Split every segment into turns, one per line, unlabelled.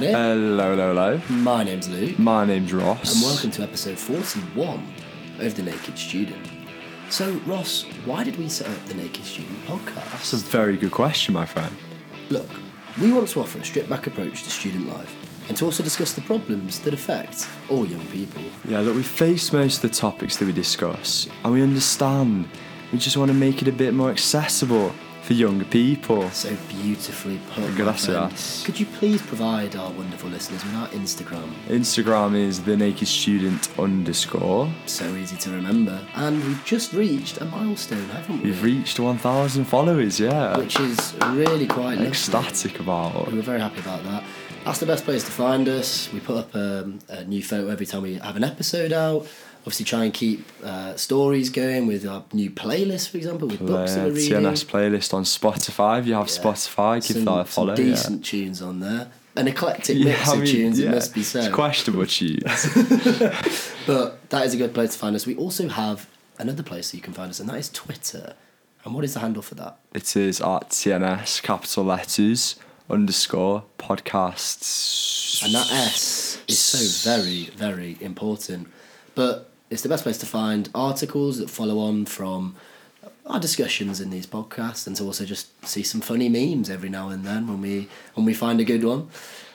Uh, Hello, hello, hello.
My name's Luke,
My name's Ross.
and welcome to episode 41 of The Naked Student. So, Ross, why did we set up the Naked Student podcast?
That's a very good question, my friend.
Look, we want to offer a stripped back approach to student life and to also discuss the problems that affect all young people.
Yeah, look, we face most of the topics that we discuss, and we understand. We just want to make it a bit more accessible for younger people.
So beautifully put. my
Gracias.
friend. Could you please provide our wonderful listeners with our Instagram?
Instagram is the naked student underscore.
So easy to remember. And we've just reached a milestone, haven't we?
We've reached 1,000 followers, yeah.
Which is really quite lovely.
Ecstatic about.
We were very happy about that. That's the best place to find us. We put up um, a new photo every time we have an episode out. Obviously, try and keep uh, stories going with our new playlist, for example, with books that we're reading.
TNS playlist on Spotify. If you have
Yeah.
Spotify, give
some,
that
some
a follow. yeah.
decent tunes on there. An eclectic mix of tunes, it must be
It's
said.
questionable tunes.
but that is a good place to find us. We also have another place that you can find us, and that is Twitter. And what is the handle for that?
it is at TNS capital letters underscore podcasts.
And that S is so very, very important. But it's the best place to find articles that follow on from our discussions in these podcasts and to also just see some funny memes every now and then when we when we find a good one.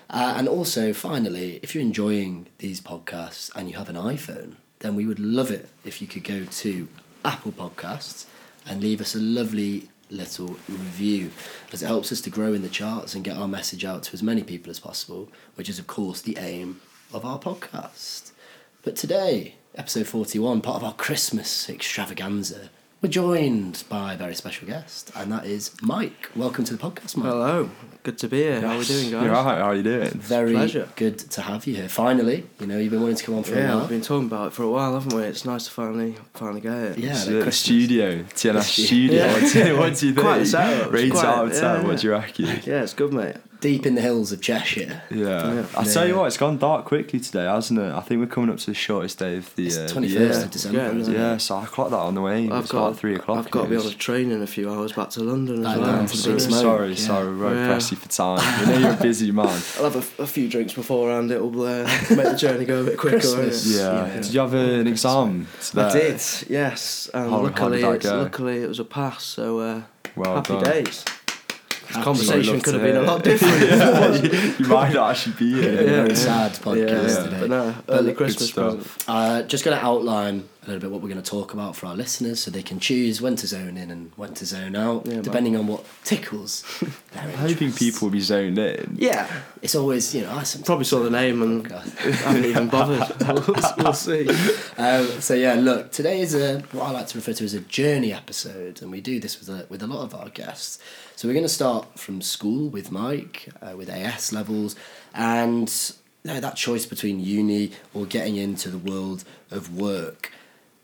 Uh, and also, finally, if you're enjoying these podcasts and you have an iPhone, then we would love it if you could go to Apple Podcasts and leave us a lovely little review as it helps us to grow in the charts and get our message out to as many people as possible, which is, of course, the aim of our podcast. But today, episode 41, part of our Christmas extravaganza, we're joined by a very special guest, and that is Mike. Welcome to the podcast, Mike.
Hello, good to be here. How are we
Yes.
doing, guys?
You're alright, how are you doing?
very
pleasure.
good to have you here. Finally, you know, you've been wanting to come on for
Yeah,
a
we've
while.
been talking about it for a while, haven't we? It's nice to finally finally get it.
Yeah,
It's
like
the
Christmas.
studio, TNS
Yeah.
studio. What, do you, what do you think?
Quite a setup. It's
Rates
quite-
out of 10,
yeah,
what do you reckon? Yeah.
Yeah, it's good, mate.
Deep in the hills of Cheshire.
Yeah.
I tell you
Yeah.
what, it's gone dark quickly today, hasn't it? I think we're coming up to the shortest day of the,
It's
uh, the
21st
year.
of December.
Yeah,
isn't it?
Yeah, so I clocked that on the way. It's about three o'clock.
I've got to be on a
news.
train in a few hours back to London
I
as
know,
well.
I'm
so-
big
sorry,
smoke,
sorry,
yeah.
sorry, we won't
Yeah.
press you for time. We know you're a busy man.
I'll have a, f- a few drinks beforehand. It will uh, make the journey go a bit quicker. won't it?
Christmas.
Yeah.
Yeah.
Did you have an exam today?
I did. Yes, and
How- how did
luckily,
that
it's,
go?
luckily it was a pass. So uh,
Well
happy
done.
days.
Happy-
Conversation
love
could
to
have been a
hear.
lot different.
you might not actually be here.
Very
yeah.
sad podcast today.
But no, early
good
Christmas
stuff.
present.
Uh, just going to outline a little bit what we're going to talk about for our listeners so they can choose when to zone in and when to zone out,
Yeah, man.
depending on what tickles their
I'm hoping
interests.
people will be zoned in.
Yeah,
It's always, you know, I sometimes-
probably saw the name and haven't even bothered. we'll, we'll see.
Um, so yeah, look, today is a what I like to refer to as a journey episode, and we do this with a, with a lot of our guests. So we're going to start from school with Mike, uh, with AS levels, and you know, that choice between uni or getting into the world of work.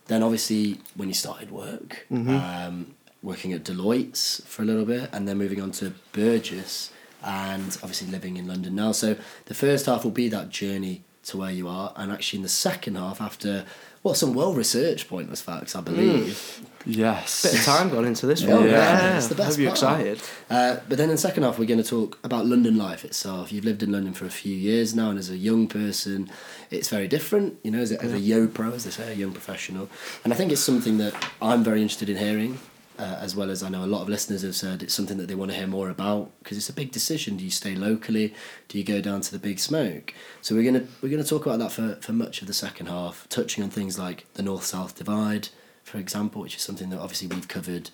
Then obviously when you started work, um, working at Deloitte's for a little bit, and then moving on to Burgess, and obviously living in London now. So the first half will be that journey to where you are, and actually in the second half, after well, some well researched pointless facts, I believe.
Bit of
Yes.
time gone into this
Yeah.
one.
Yeah. It's the best
Have you
part.
excited?
Uh, but then in the second half, we're going to talk about London life itself. You've lived in London for a few years now, and as a young person, it's very different, you know, as a, as a yo pro, as they say, a young professional. And I think it's something that I'm very interested in hearing, uh, as well as I know a lot of listeners have said it's something that they want to hear more about because it's a big decision. Do you stay locally? Do you go down to the big smoke? So we're gonna we're gonna talk about that for, for much of the second half, touching on things like the north south divide, for example, which is something that obviously we've covered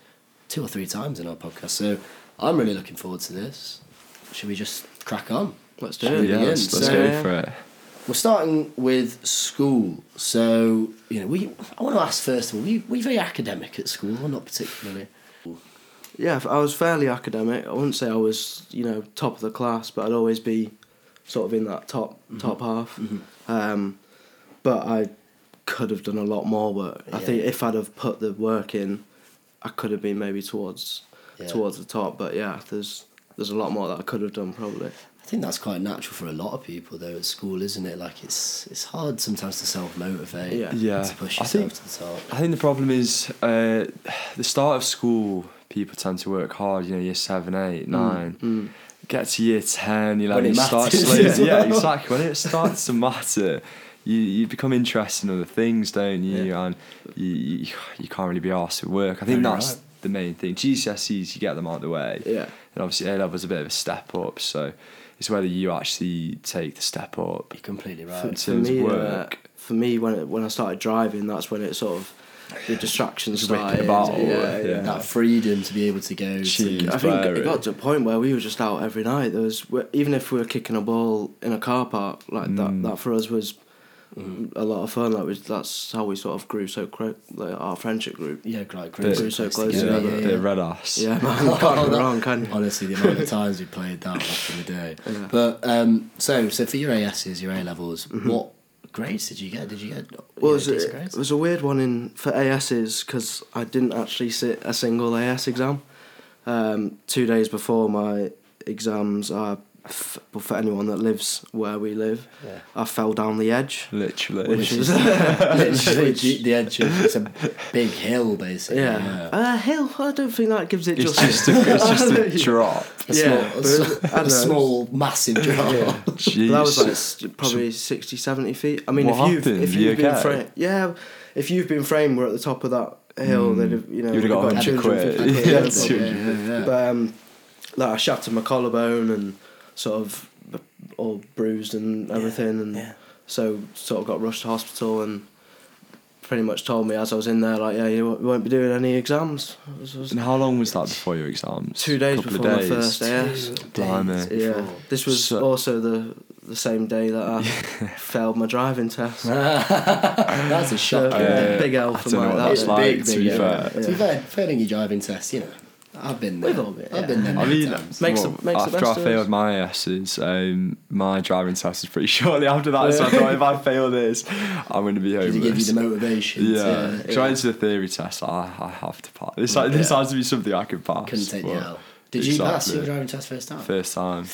two or three times in our podcast. So I'm really looking forward to this. Should we just crack on?
Let's do
Should
it.
we
Yeah,
begin?
let's, let's
So-
go for it.
We're starting with school. So, you know, we I want to ask first of all, were you, were you very academic at school or not particularly?
Yeah, I was fairly academic. I wouldn't say I was, you know, top of the class, but I'd always be sort of in that top top half. Um, but I could have done a lot more work. I
Yeah.
think if I'd have put the work in, I could have been maybe towards
Yeah.
towards the top. But yeah, there's there's a lot more that I could have done probably.
I think that's quite natural for a lot of people though at school, isn't it? Like it's it's hard sometimes to self motivate.
Yeah.
Yeah.
To push
I
yourself
think-
to the top.
I think the problem is uh, the start of school, people tend to work hard, you know, year seven, eight, nine. get to year 10, you know,
Mm, When
you
it
start
matters
slowly.
as
Yeah,
well.
exactly. When it starts to matter, you, you become interested in other things, don't you? And you, you, you can't really be asked with work. I
Very
think that's
right.
the main thing. GCSEs, you get them out of the way.
Yeah.
And obviously, A level's a bit of a step up. So it's whether you actually take the step up
You're completely
For,
in
right.
for
terms of
me, uh,
work.
for me, when it, when I started driving, that's when it sort of the distractions
Just whip it
started.
about,
yeah,
yeah.
yeah.
That freedom to be able to go
Jeez.
to.
I think
Very.
it got to a point where we were just out every night. There was even if we were kicking a ball in a car park like
Mm.
that. That for us was a lot of fun. Like we, that's how we sort of grew so cro- like our friendship group.
Yeah, like
Bit-
grew
so
close
close
Yeah,
together,
together.
yeah,
bit
yeah.
of red ass.
Yeah, man, you can't go wrong, can you?
Honestly, the amount of times we played that back in the day.
Yeah.
But um, so so for your ASs, your A levels, what grades did you get? Did you get
Well, it
you
was,
know, decent
a,
grades?
it was a weird one in for ASs because I didn't actually sit a single AS exam. Um, two days before my exams, I, f- well, for anyone that lives where we live,
Yeah.
I fell down the edge.
Literally.
Which
is
is-
literally
which-
the, the edge of it's a big hill, basically.
Yeah.
Yeah.
Uh, Hill, I don't think that gives it
it's
justice.
just a, it's just a drop.
A
Yeah,
small, a
but it was-
s-
I
a
don't know.
small, massive drop.
Yeah.
Jesus.
That was like s- probably 60, 70 feet. I mean,
What
if you've,
happened?
if
You
you've been
okay?
framed, yeah, if you've been framed, we're at the top of that hill.
Mm.
They'd have, you know,
You'd have got
we've
100 quid.
250
Yeah,
quid.
that's
yeah, yeah, yeah.
But um, like I shattered my collarbone and sort of b- all bruised and everything, and
yeah.
so sort of got rushed to hospital and pretty much told me as I was in there like, yeah, you won't- won't be doing any exams. It was- it was
And how long was that before your exams?
two days
Couple of
before
days.
my first AS.
Two
Blimey.
days
Yeah,
before.
this was
So-
also the the same day that I failed my driving test.
That's a shock.
Uh,
isn't it?
big L
I
for
don't know what
my that.
that's
was-
like,
big,
to
big,
be
yeah.
fair.
To be fair, failing your driving test, you know, I've been there.
We've all been-
I've been there.
I
many
mean,
times.
Makes the-
well,
makes the
after
best
I
of
failed
us.
my S's, um, my driving test was pretty shortly after that. So I thought if I fail this, I'm going to be
Did
homeless.
it give you the motivation?
yeah,
to,
so I went to the theory test. I, I have to pass. This this has to be something I can pass.
couldn't take the
but
L. Did you pass your
Exactly.
driving test first time?
First time.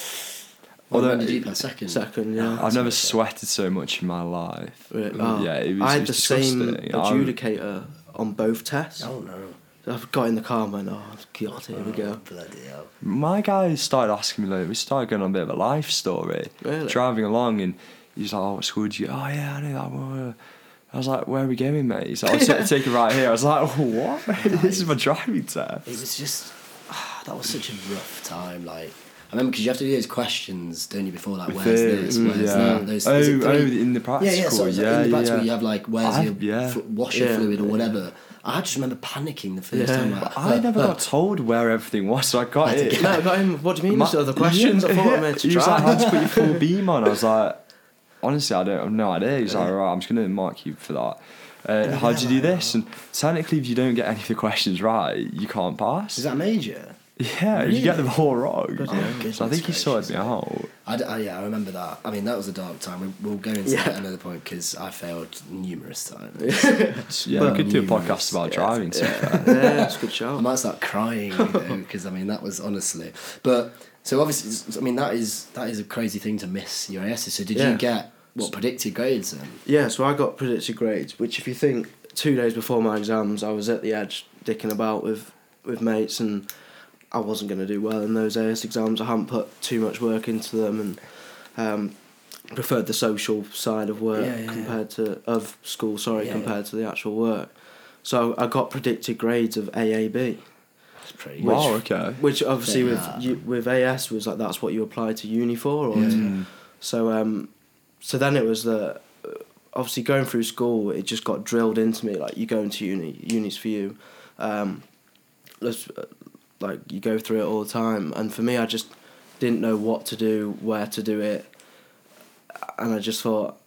Or
Although
when did you pass second?
Second, yeah.
I've never sweated so much in my life. Mm,
Right, oh,
yeah, it was,
I had
it was
the
disgusting.
same
I'm-
adjudicator on both tests.
Oh no.
I've got in the car and went, oh god, here we go.
Bloody hell.
Um, my guy started asking me like we started going on a bit of a life story
Really?
driving along and he's like oh what school did you oh yeah I know that one I was like where are we going mate he's like I'll t- take it right here I was like oh, what this is my driving
It
test
was just ah, that was such a rough time. Like I remember because you have to do those questions, don't you? Before like, where's this?
Mm,
Where's
yeah.
that? Those,
oh,
is it
oh
three-
in the
yeah,
practical
yeah. So
yeah,
in the practical,
yeah.
you have like, where's
I-
your
yeah.
fl- washer
Yeah.
fluid or whatever. I just remember panicking the first
Yeah.
time. Like,
But I never got told where everything was so I got
Had to
it
No, I got him. What do you mean? There's other questions. I thought I meant to
He was like,
try.
"How to put your full beam on?" I was like, "Honestly, I don't have no idea." He's like, "Right, I'm just gonna mark you for that." Uh, how do you do this? And technically, if you don't get any of the questions right, you can't pass.
Is that major?
yeah, you get them all wrong.
Bloody hell.
so I think he
Goodness
sorted
gracious.
me out.
I, d- I- yeah, I remember that. I mean, that was a dark time. We, we'll go into
Yeah.
that another point because I failed numerous times.
Yeah,
But-
we could do a
Numerous,
podcast about
yeah.
driving. To be fair.
yeah, it's a good
I
shout.
might start crying because I mean that was honestly. But so obviously, I mean that is that is a crazy thing to miss your ASs. So did
Yeah.
you get what predicted grades then?
Yeah, so I got predicted grades, which if you think two days before my exams, I was at the edge dicking about with with mates, and I wasn't going to do well in those AS exams. I hadn't put too much work into them, and um, preferred the social side of work
Yeah, yeah, yeah.
compared to of school. Sorry,
Yeah,
compared to the actual work. So I got predicted grades of AAB,
It's pretty.
wow. Okay.
which obviously with
Yeah.
you, with AS was like that's what you apply to uni for, or
Yeah.
to-
Mm.
so um, so then it was the uh, obviously going through school, it just got drilled into me like you go into uni, uni's for you. Um, let's uh, like you go through it all the time, and for me, I just didn't know what to do, where to do it, and I just thought.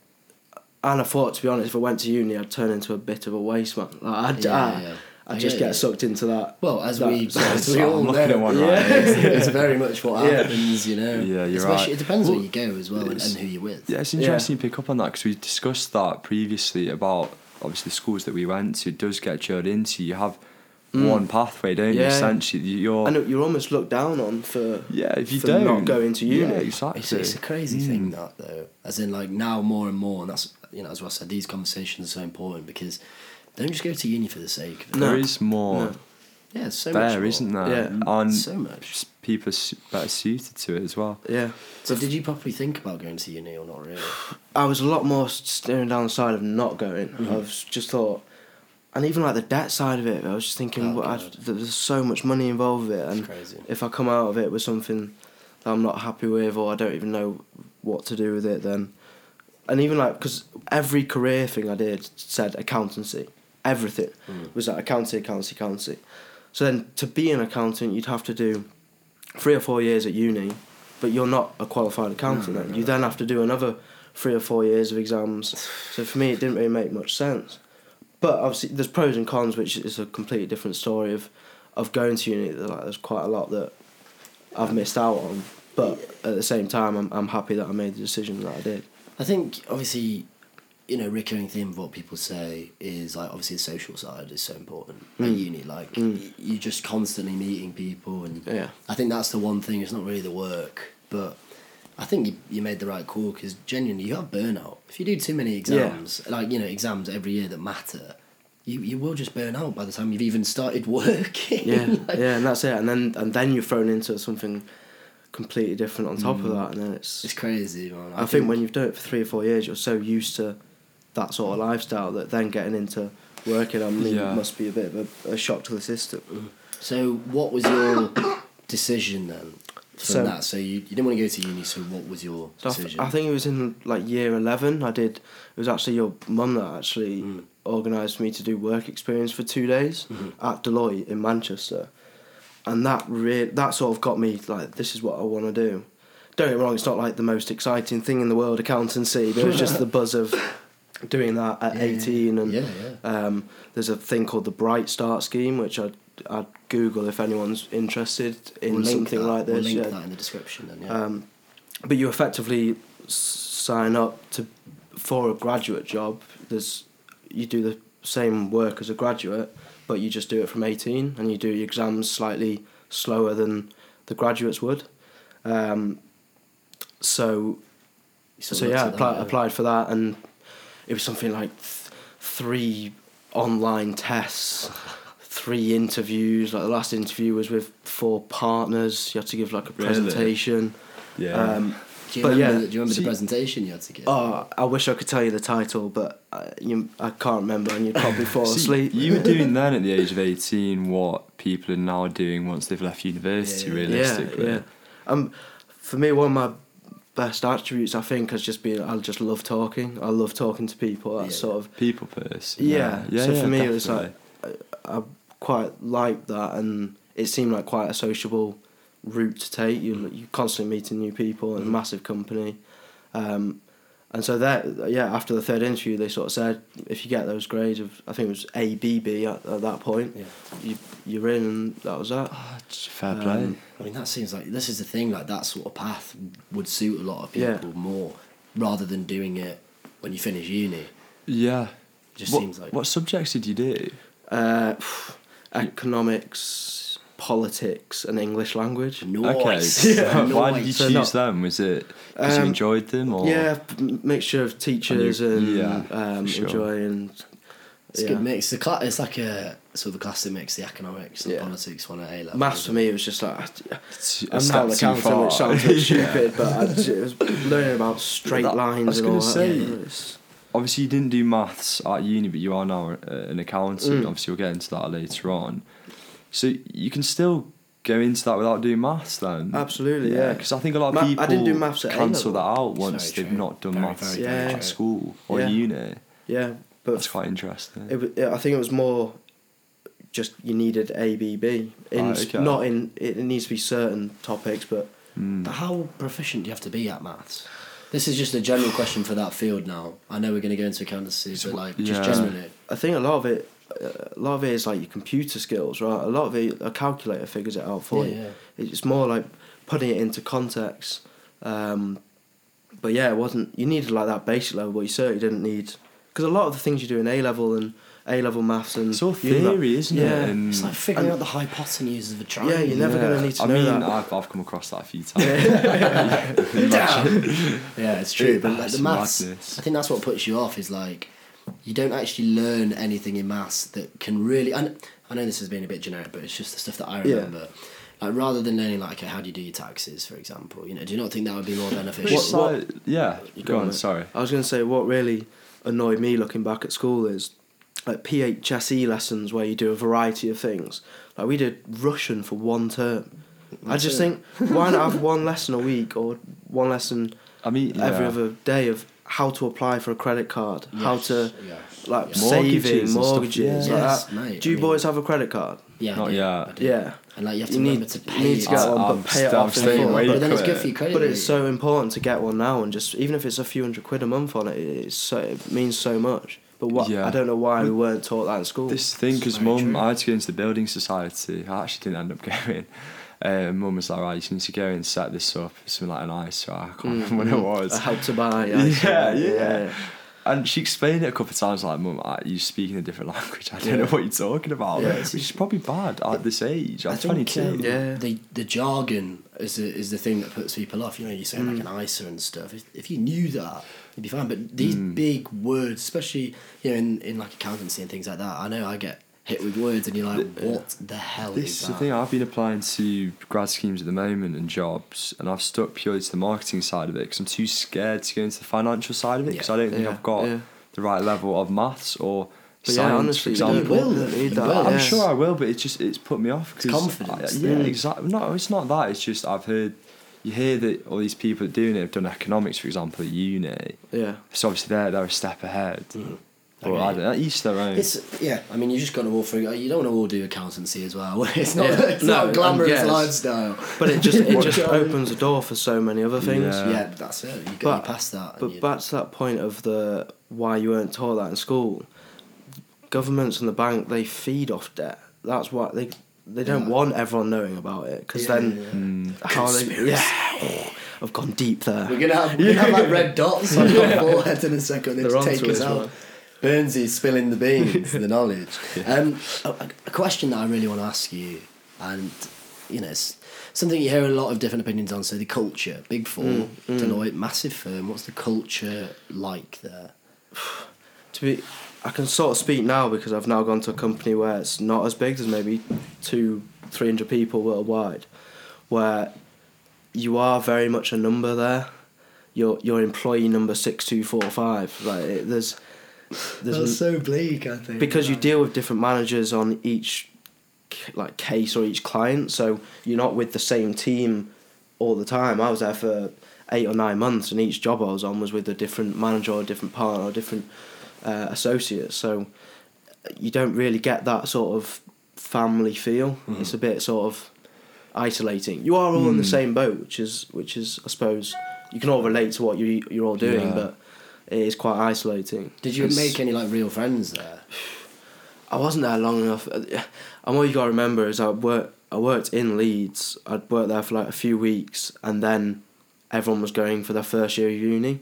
And I thought, to be honest, if I went to uni, I'd turn into a bit of a waste man. Like, I'd,
Yeah,
I,
yeah.
I'd
I
just
hear
get
you.
sucked into that.
Well, as
that-
we as we all
I'm
know,
looking at one right
it's, it's very much what
Yeah.
happens, you know.
Yeah, you're
Especially,
right.
It depends
Well,
where you go as well and,
it's-
and who you're with.
Yeah, it's interesting you pick up on that because we discussed that previously about obviously the schools that we went to it does get drilled into. You have one pathway, don't you?
Mm. Yeah.
Essentially, you're
and you're almost looked down on for
yeah. If you
for
don't
not going to uni.
yeah, exactly. Hmm. Mm.
It's, it's a crazy thing that though, as in like now more and more, and that's you know as well said, these conversations are so important because don't just go to uni for the sake of it.
There
No.
is more.
No.
Yeah, so much
there,
more.
isn't there?
Yeah.
And
So much.
s- people su- better suited to it as well.
Yeah.
So did you properly think about going to uni or not really?
I was a lot more staring down the side of not going.
Mm-hmm.
I was just thought, and even like the debt side of it, I was just thinking,
Oh,
well, I,
God.
there's so much money involved with it,
It's
and
crazy.
if I come out of it with something that I'm not happy with or I don't even know what to do with it, then and even like because every career thing I did said accountancy, everything
Hmm.
was like accountancy, accountancy, accountancy. So then to be an accountant, you'd have to do three or four years at uni, but you're not a qualified accountant. then. you then have to do another three or four years of exams. so for me, it didn't really make much sense. But obviously, there's pros and cons, which is a completely different story of of going to uni. There's, Like, there's quite a lot that I've missed out on. But at the same time, I'm, I'm happy that I made the decision that I did.
I think obviously, you know, recurring theme of what people say is like obviously the social side is so important
Mm.
at uni. Like y- you're just constantly meeting people, and
Yeah.
I think that's the one thing. It's not really the work, but I think you, you made the right call because genuinely you have burnout if you do too many exams. Like you know, exams every year that matter. You, you will just burn out by the time you've even started working.
Yeah,
Like,
yeah, and that's it. And then and then you're thrown into something completely different on top of that, and then Mm. it's.
It's crazy, man.
I think when you've done it for three or four years, you're so used to that sort of lifestyle that then getting into working, I mean,
Yeah.
must be a bit of a, a shock to the system.
So, what was your decision then from
So-
that? So, you, you didn't want to go to uni, so what was your
So I, th-
decision?
I think it was in like year eleven. I did. It was actually your mum that actually
Hmm.
organised me to do work experience for two days at Deloitte in Manchester, and that really that sort of got me like this is what I want to do. Don't get me wrong, it's not like the most exciting thing in the world, accountancy. But it was just the buzz of doing that at
Yeah, yeah,
eighteen, and
yeah, yeah.
um, there's a thing called the Bright Start scheme, which I'd, I'd Google if anyone's interested in
We'll link
something
that-
like
We'll
this.
link
yeah.
that in the description then, yeah.
Um, but you effectively s- sign up to for a graduate job. There's you do the same work as a graduate, but you just do it from eighteen, and you do your exams slightly slower than the graduates would. Um, so
You sort
so
of looked
yeah,
at that,
apply,
yeah.
applied for that, and it was something like th- three online tests, three interviews. Like the last interview was with four partners. You had to give like a
Really?
presentation.
Yeah.
Um,
do you
but
remember,
yeah,
do you remember
so
the
you-
presentation you had to give?
oh, I wish I could tell you the title, but I, you, I can't remember, and you'd probably fall
See,
asleep.
You were doing then at the age of 18 what people are now doing once they've left
Yeah,
university,
yeah.
realistically.
Yeah, yeah. Um, for me, one of my best attributes, I think, has just been I just love talking. I love talking to people. That's
Yeah.
sort of
People person.
Yeah. so
yeah,
for me, it was like
definitely.
I, I quite liked that, and it seemed like quite a sociable route to take. You
Mm.
you constantly meeting new people in a massive company, um, and so that yeah. After the third interview, they sort of said if you get those grades of I think it was A B B at, at that point,
Yeah.
you you're in, and that was that.
Oh,
Ah, it's fair
Um,
play.
I mean, that seems like this is the thing. Like that sort of path would suit a lot of
Yeah.
people more, rather than doing it when you finish uni.
yeah.
Just
what,
seems like
What subjects did you do?
Uh, economics, politics, and English language.
noise.
Okay. Why did you
Noise.
So
choose
not-
them? Was it because
Um,
you enjoyed them or?
Yeah, m- mixture of teachers
you-
and,
yeah,
um,
for sure.
enjoying.
It's a
yeah.
good mix. The cla- it's like a sort of a classic mix, the economics and
Yeah.
politics one at A level.
Maths
isn't
for
it?
me, it was just like
It's a
I'm
step
now an
too
accountant,
far.
which sounds a bit
Yeah.
stupid, but I just, it was learning about straight
That- I
lines
was
and all
gonna
that.
say-
yeah, it's-
Obviously, you didn't do maths at uni, but you are now uh, an accountant.
Mm.
Obviously, we'll get into that later on. So you can still go into that without doing maths then.
Absolutely,
Yeah,
yeah.
because I think a lot of
Ma-
people
I didn't do maths at A
cancel that
level.
out
It's
once
very
they've
true.
not done
Very,
maths
very,
very
at
true.
school or
Yeah.
uni.
yeah,
That's
but
quite interesting.
it, wa- yeah, I think it was more just you needed ABB in
Right,
s-
okay.
not in it needs to be certain topics, but
But how proficient do you have to be at maths? This is just a general question for that field now. I know we're going to go into accountancy, but like just
yeah.
generally.
I think a lot of it, a lot of it is like your computer skills, right? A lot of it, a calculator figures it out for
Yeah,
you.
yeah.
It's more like putting it into context. Um, but yeah, it wasn't. You needed like that basic level, but you certainly didn't need because a lot of the things you do in A level and A level maths and
It's all
uni lab-
theory, isn't
yeah.
it? And
It's like figuring
Mm. And-
out the hypotenuses of a triangle.
Yeah, you're never gonna need to
I
know
mean,
that.
I've, I've come across that a few times.
Damn. yeah, it's true. But like,
That's
the maths,
madness.
I think that's what puts you off. Is like you don't actually learn anything in maths that can really. And I know this has been a bit generic, but it's just the stuff that I
Yeah.
remember. Like rather than learning like okay, how do you do your taxes, for example, you know, do you not think that would be more beneficial?
What, what, yeah, go on,
mate.
sorry.
I was going to say what really annoyed me looking back at school is like PHSE E lessons where you do a variety of things. Like we did Russian for one term. I just
Yeah.
think why not have one lesson a week or one lesson
I mean, yeah.
every other day of how to apply for a credit card, how
Yes,
to
yeah.
like
Mortgages and
saving
stuff,
mortgages,
yeah.
like
Yes,
that.
mate,
Do you
I mean-
boys have a credit card?
yeah, I
Not
do,
yet.
I do.
Yeah.
and like you have to
You
remember
need-
to
you
pay.
need to
it
get
off.
one, but
I'm
pay it
still-
off
I'm
in
staying
full.
way
but then it's
quick.
good for your credit.
But it's
rate.
so important to get one now, and just even if it's a few hundred quid a month on it, it's so, it means so much. But what
Yeah.
I don't know why we weren't taught that in school.
This thing,
It's
because
very
mum,
true.
I had to go into the building society. I actually didn't end up going. Uh, mum was like, right, you need to go and set this up. Something like an ice rack. I can't
Mm,
remember what it
a
was.
help to buy.
Yeah,
I see.
yeah. And she explained it a couple of times, like, Mum, I- you're speaking a different language. I don't know what you're talking about.
Yeah.
Which is probably bad at this age. I'm
I think
22.
um,
Yeah.
the the jargon is the, is the thing that puts people off. You know, you're saying like an ISA and stuff. If, if you knew that, you'd be fine. But these
Mm.
big words, especially you know in, in like accountancy and things like that, I know I get hit with words, and you're like,
uh,
what the hell
This
is
is the
that?
thing. I've been applying to grad schemes at the moment and jobs, and I've stuck purely to the marketing side of it because I'm too scared to go into the financial side of it because
Yeah.
I don't think
Yeah,
I've got
yeah.
the right level of maths or
But
science,
yeah,
for
honestly, you
example.
don't,
will,
you don't need
you
that.
will.
I'm
yeah.
sure I will, but it's just it's put me off. 'cause
confidence,
I- yeah,
yeah.
exactly. No, it's not that. It's just I've heard you hear that all these people doing it have done economics, for example, at uni.
Yeah. Mm-hmm.
So obviously they're they're a step ahead. Or
Okay.
I don't know, each their own.
It's yeah. I mean, you just got to all figure. You don't want to all do accountancy as well. It's not.
Yeah.
It's
No,
not a glamorous
yes.
lifestyle.
But it just it
What
just
jargon?
opens the door for so many other things.
Yeah.
Yeah, that's it. You got
But-
you past that. and
But
you-
back to that point of the why you weren't taught that in school. Governments and the bank they feed off debt. That's why they they don't
Yeah.
want everyone knowing about it because
Yeah,
then
yeah.
Hmm.
how they yeah. oh, I've gone deep there.
We're gonna have, we're gonna have like red dots on our foreheads in a second. They
They're
just
onto
take
it
us
as
out.
well.
Burnsy's spilling the beans, the knowledge. Um, a, a question that I really want to ask you, and you know, it's something you hear a lot of different opinions on. So the culture, Big Four,
Mm,
Deloitte, massive firm. What's the culture like there?
to be I can sort of speak now because I've now gone to a company where it's not as big. There's maybe two, three hundred people worldwide, where you are very much a number there. You're you're employee number six two four five. Like it, there's there's n-
so bleak. I think
because you deal with different managers on each c- like case or each client so you're not with the same team all the time i was there for eight or nine months and each job i was on was with a different manager or a different partner or different uh, associate so uh, you don't really get that sort of family feel it's a bit sort of isolating you are all in the same boat which is which is i suppose you can all relate to what you you're all doing
Yeah.
but it is quite isolating
Did you
It's-
make any like real friends there?
I wasn't there long enough. Uh, And what you gotta remember is I worked. I worked in Leeds. I'd worked there for like a few weeks, and then everyone was going for their first year of uni.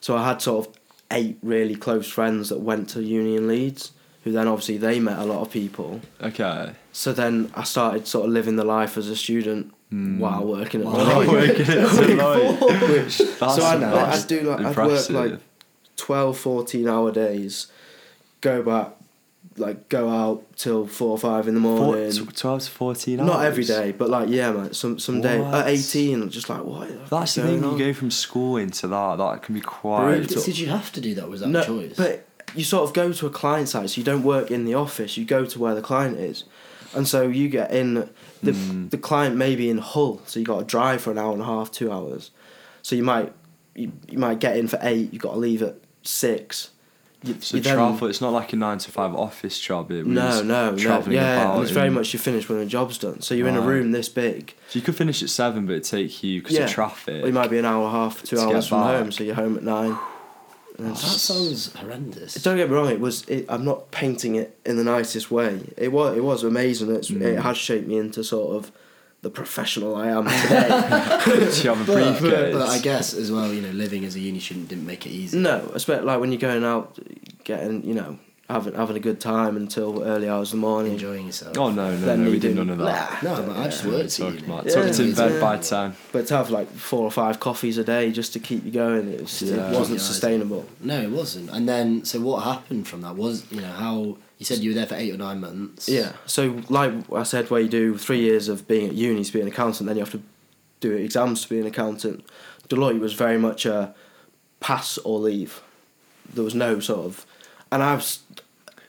So I had sort of eight really close friends that went to uni in Leeds, who then obviously they met a lot of people.
okay.
So then I started sort of living the life as a student while working at
While
Deloitte.
Working at Deloitte. Which- that's-
so I, I,
that's
I'd do like
impressive.
I'd work like 12, 14 hour days, go back, like go out till four or five in the
Four,
morning.
tw- 12 to 14 hours.
Not every day, but like yeah, man. Some some day
What?
at eighteen, I'm just like what? the
That's
fuck's
the thing,
going
you
on?
go from school into that, that can be quite.
Brutal.
Did you have to do that? or Was that
no,
a choice?
but you sort of go to a client site, so you don't work in the office. You go to where the client is, and so you get in. the
Hmm.
The client may be in Hull, so you got to drive for an hour and a half, two hours. So you might you, you might get in for eight. You got to leave at six. You,
So
you then-
travel, it's not like a nine to five office job. It was
No, no, no.
traveling
Yeah,
about.
and it's very
and-
much you finish when the job's done. So you're in a
Right.
room this big.
So you could finish at seven, but it'd take you because
yeah.
of traffic.
Well, you might be an hour and a half, two
to get
hours from
back.
home, so you're home at nine. And
Oh, that
it's just-
sounds horrendous.
Don't get me wrong. It was. It, I'm not painting it in the nicest way. It was. It was amazing. It's, It has shaped me into sort of the professional I am today.
you have a
But,
briefcase.
but I guess
Mm.
as well, you know, living as a uni student didn't make it easy.
no, I expect like when you're going out, getting you know having having a good time until early hours of the morning.
enjoying yourself.
Oh no, no,
Then
no, we
you
did
do-
none of that.
No, but I just
What are you
worked at
talking
uni.
about?
Yeah,
Tucked in
it's,
bed
uh,
by ten.
But to have like four or five coffees a day just to keep you going, it, was,
Yeah.
it wasn't
Yeah.
sustainable.
No, it wasn't. And then, so what happened from that was, you know, how you said you were there for eight or nine months.
Yeah. So like I said, where you do three years of being at uni to be an accountant, then you have to do exams to be an accountant. Deloitte was very much a pass or leave. There was no sort of, and I was,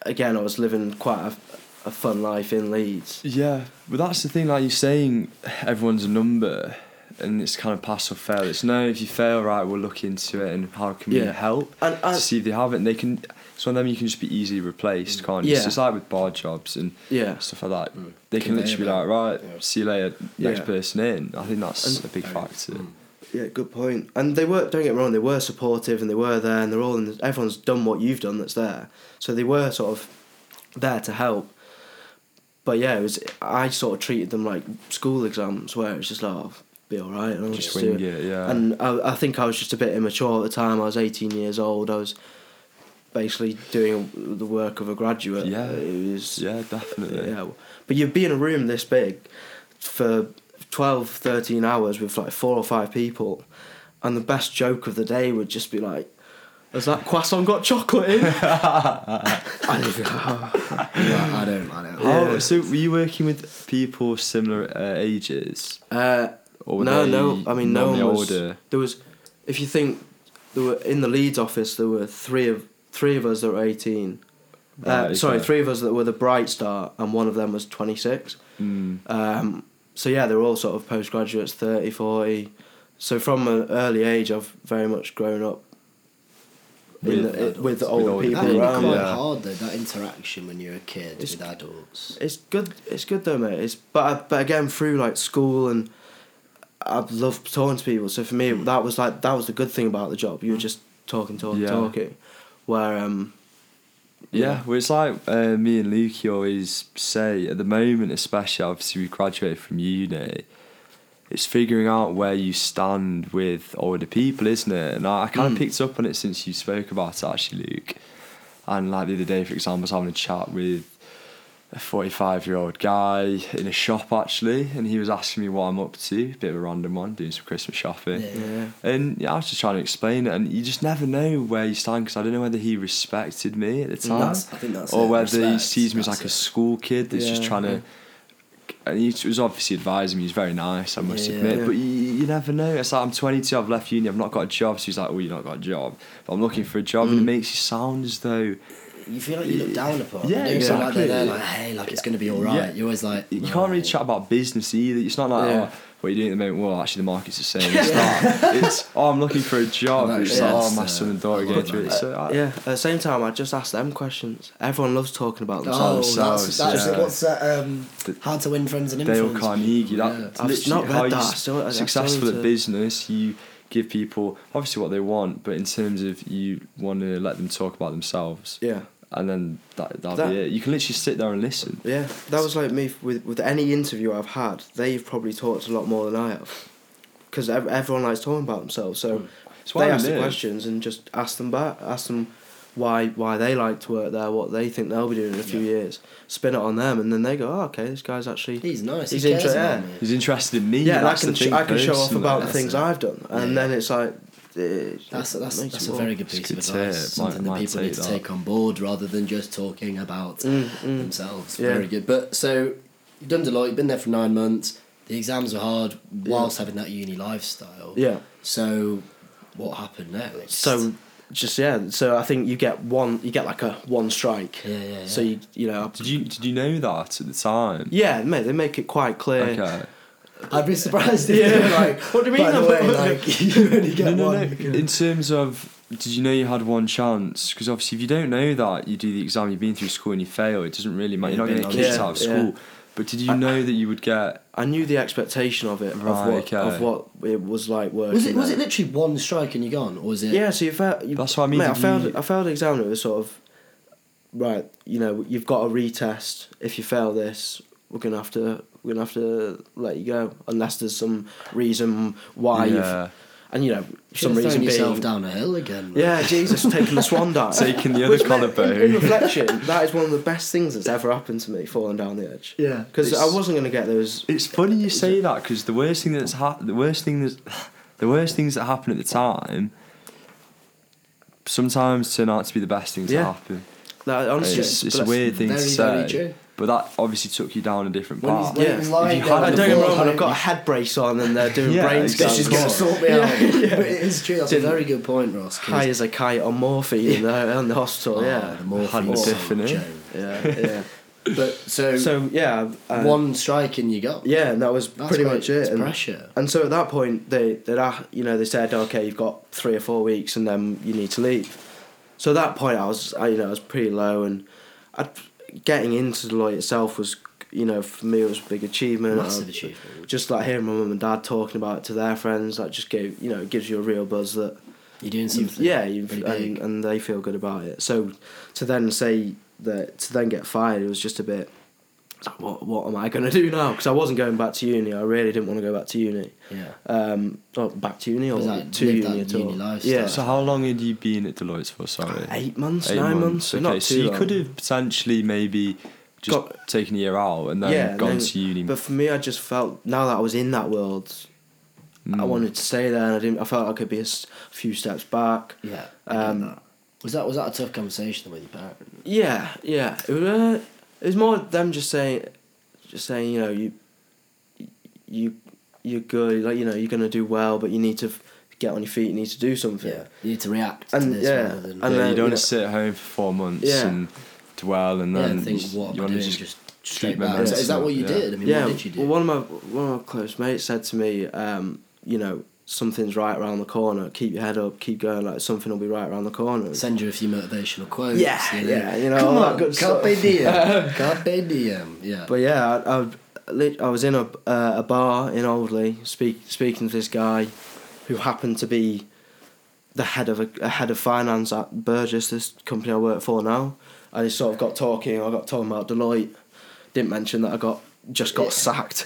again, I was living quite a, a fun life in Leeds.
Yeah, but that's the thing. Like you're saying, everyone's a number, and it's kind of pass or fail. It's no, if you fail, right, we'll look into it and how can we
Yeah.
help
And I,
to see if they have it. And they can. Some of them you can just be easily replaced, can't you?
Yeah.
It's just like with bar jobs and
yeah,
stuff like that.
Mm.
They can
Conveyor
literally be
belt.
like, right,
Yeah.
see you later. Next
Yeah.
person in. I think that's
And-
a big factor.
Mm.
yeah, good point. And they were don't get me wrong, they were supportive and they were there, and they're all in. The, everyone's done what you've done that's there, so they were sort of there to help. But yeah, it was I sort of treated them like school exams, where it's just like oh, be all right, and I'll
Just
just, do
wing
it.
it, yeah.
And I, I think I was just a bit immature at the time. I was eighteen years old. I was basically doing the work of a graduate.
Yeah.
it was
yeah, definitely.
yeah. But you'd be in a room this big for 12, 13 hours with like four or five people, and the best joke of the day would just be like, has that croissant got chocolate in? and you'd be like, "Oh."
Yeah, I don't, I don't.
How,
Yeah.
So were you working with people similar uh, ages?
uh,
Or were
no,
they
no. I mean, no one
normally
was.
older?
There was, if you think, there were in the Leeds office. There were three of three of us that were eighteen. Uh,
Right,
Sorry,
okay.
three of us that were the bright star, and one of them was twenty six.
Mm.
Um, so yeah, they're all sort of postgraduates, 30, 40. So from an early age, I've very much grown up in
With
the, with the
adults.
older
With older
people
That would be
people,
around.
quite
yeah.
hard though, that interaction when you're a kid
It's-
with adults.
It's good. It's good though, mate. It's but but again through like school and I love talking to people. So for me,
Hmm.
that was like that was the good thing about the job. You were just talking, talking,
Yeah.
talking. Where um
Yeah,
Yeah.
well, it's like uh, me and Lukey always say at the moment, especially obviously we graduated from uni. It's figuring out where you stand with older people, isn't it? And I, I kind of
Mm.
picked up on it since you spoke about it, actually, Luke. And like the other day, for example, I was having a chat with a 45 year old guy in a shop, actually, and he was asking me what I'm up to, bit of a random one, doing some Christmas shopping.
Yeah.
yeah
And yeah, I was just trying to explain it, and you just never know where you stand because I don't know whether he respected me at the time,
Mm, That's- I think that's
or
it,
whether he
respect,
sees me as
that's
like a
it.
school kid that's just
Yeah,
trying to. And he was obviously advising me. He's very nice, I must
Yeah.
admit.
Yeah.
But you, you never know. It's like I'm 22. I've left uni. I've not got a job. So he's like, "Oh, you've not got a job." But I'm
Mm.
looking for a job, and it makes you sound as though
You feel like you look down upon.
Yeah,
you don't feel
exactly.
Like they're there, like, hey, like it's gonna be alright.
Yeah.
You're always like,
you can't really
"No."
chat about business either. It's not like,
Yeah.
oh, what are you doing at the moment? Well, actually, the market's the same. It's not. It's, oh, I'm looking for a job.
That's-
It's like,
yeah,
oh,
that's,
my
uh,
son and daughter
I
are going
love
through it.
that.
So I,
yeah. At the same time, I just asked them questions. Everyone loves talking about themselves.
Oh,
themselves,
that's, that's
yeah.
what's that? Um, how to win friends and
Dale
influence.
Carnegie. That,
Yeah.
I've
literally
not read
how
that.
you
I still- I- I
successful
still
at
need to-
business, you give people obviously what they want, but in terms of you want to let them talk about themselves,
Yeah.
and then that that'll
That-
be it. You can literally sit there and listen.
Yeah, that was like me f- with with any interview I've had. They've probably talked a lot more than I have, because ev- everyone likes talking about themselves. So
Mm.
It's why
they
I
ask the
live.
questions and just ask them back. Ask them why why they like to work there, what they think they'll be doing in a few
Yeah.
years. Spin it on them, and then they go, oh, okay, this guy's actually
He's nice.
He's
he cares
inter-
about
yeah.
me.
He's interested in me.
yeah. and I
that's
can
the
sh-
thing,
I can show off
personally.
about the
That's
things
it.
I've done, and
Yeah.
then it's like. It,
That's
it
that's,
makes
that's a
you more-
very good
It's
piece of
good to
advice.
hear. Might-
Something that
might
people
take
need to
that.
take on board rather than just talking about
Mm, mm.
themselves.
Yeah.
Very good. But so you've done Deloitte. You've been there for nine months. The exams were hard whilst having that uni lifestyle.
Yeah.
So what happened next?
So just yeah, so I think you get one, you get like a one strike.
Yeah, yeah,
So
yeah.
you you know.
Did you did you know that at the time?
Yeah, mate, they make it quite clear.
Okay.
I'd be surprised if you were like,
What do you mean?
By the way, like you only get
no, no,
one.
no. In terms of, did you know you had one chance? Because obviously, if you don't know that, you do the exam, you've been through school and you fail, it doesn't really matter. You're not
Yeah,
getting kicked
yeah,
out of
yeah.
school. But did you know that you would get.
I knew the expectation of it,
Right,
of, what,
okay.
of what it was like working.
Was it was
there.
it literally one strike and you're gone, or was it?
Yeah, so you failed. You,
That's what I mean,
Mate, I
did
failed.
you-
I failed the exam. and It was sort of right. You know, you've got a retest. If you fail this, we're gonna have to. We're gonna have to let you go unless there's some reason why you've.
yeah.
and you know for
Should
some
have
reason
thrown
being
yourself down a hill again.
yeah, Jesus taking the swan dive.
Taking the other
Which, mate, in, in
collarbone.
reflection, that is one of the best things that's ever happened to me, falling down the edge.
Yeah.
Because I
It's-
wasn't going to get those.
It's funny you say that because the worst thing that's ha- the worst thing that's the worst things that happen at the time sometimes turn out to be the best things
Yeah.
that happen.
That, honestly,
It's, it's a
blessed.
weird thing to
very,
say,
very true.
but that obviously took you down a different
When he's
path.
like-
Yeah.
He's lying
If
down
you had
I
on
the
don't get me
floor,
wrong, when
like,
I've got a head brace on and they're doing
Yeah,
brain
exactly.
This is
That's
going
gonna
to
right.
sort me out. But it is true. That's a
Dude.
very good point, Ross. 'cause-
high as a kite on morphine in, the, in the hospital.
Ah,
Oh,
yeah.
the morphine
Had an
was so
epiphany.
joke.
yeah,
But so,
yeah. so yeah, uh,
one strike and you got.
Yeah, and that was
That's
pretty
great.
much it.
It's
and,
pressure.
and so at that point, they they ah, you know they said, okay, you've got three or four weeks, and then you need to leave. So at that point, I was I, you know I was pretty low, and i getting into Deloitte itself was you know for me it was a big achievement.
Massive
I-
achievement.
Just like hearing my mum and dad talking about it to their friends, that just gave you know it gives you a real buzz that
You're doing
you've,
something.
yeah you've,
pretty
and, uh,
big.
and they feel good about it. So to then say that to then get fired, it was just a bit. it's like, What what am I gonna do now? Because I wasn't going back to uni. I really didn't want to go back to uni.
yeah.
Um, or back to uni or
Was that-
to
live
uni
that
at
uni
all.
lifestyle.
yeah,
So how long had you been at Deloitte for? Sorry,
eight months,
Eight
nine months.
Okay,
not
so
too
you
long.
could have potentially maybe just
Got-
taken a year out and then
Yeah,
gone
then-
to uni.
But for me, I just felt now that I was in that world, I
Mm.
wanted to stay there, and I didn't. I felt I could be a s- few steps back.
Yeah.
Um,
Um, was that was that a tough conversation with your parents?
Yeah, yeah. It was, uh, it was more them just saying, just saying, you know, you, you, you're good. Like you know, you're gonna do well, but you need to f- get on your feet. You need to do something.
You need to react
And,
to this
yeah,
rather than
and
yeah,
then,
you
you
don't
know-
want to sit at home for four months
Yeah.
and dwell, and
yeah,
then
think
you
what
want
am I doing?
to
Just,
just
straight
treat
back.
them
Is that- is that what you
yeah.
did? I mean,
yeah.
what did you do?
Well, one of my one of my close mates said to me, um, you know, something's right around the corner. Keep your head up. Keep going. Like something will be right around the corner.
Send you a few motivational quotes.
Yeah,
you know?
yeah, you know,
Come
all that
on,
good stuff.
carpe diem, carpe diem. Yeah.
But yeah, I, I, lit- I was in a uh, a bar in Oldley, speak, speaking to this guy, who happened to be the head of a, a head of finance at Burgess, this company I work for now, and he sort of got talking. I got talking about Deloitte. Didn't mention that I got just got
Yeah.
sacked.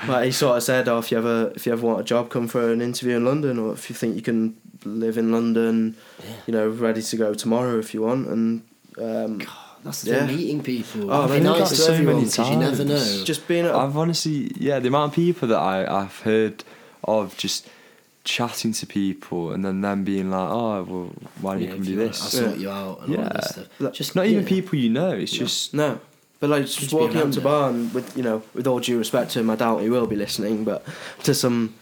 but he sort of said, "Oh, if you ever if you ever want a job, come for an interview in London, or if you think you can live in London,
Yeah.
you know, ready to go tomorrow if you want." And um,
That's the thing,
Yeah.
meeting people.
Oh,
Be
they've
nice
got
to
so many
everyone 'cause you never
times.
know.
just being at a
I've honestly, yeah, the amount of people that I, I've heard of just chatting to people and then them being like, oh, well, why don't
Yeah,
you come
if
do
want,
this?
I'll sort
Yeah.
you out and all
Yeah.
this stuff.
Like,
Just
Not even
yeah.
people you know, it's just.
No. But like
Just
just
be
walking up
around
to
it.
Barn with you know, with all due respect to him, I doubt he will be listening, but to some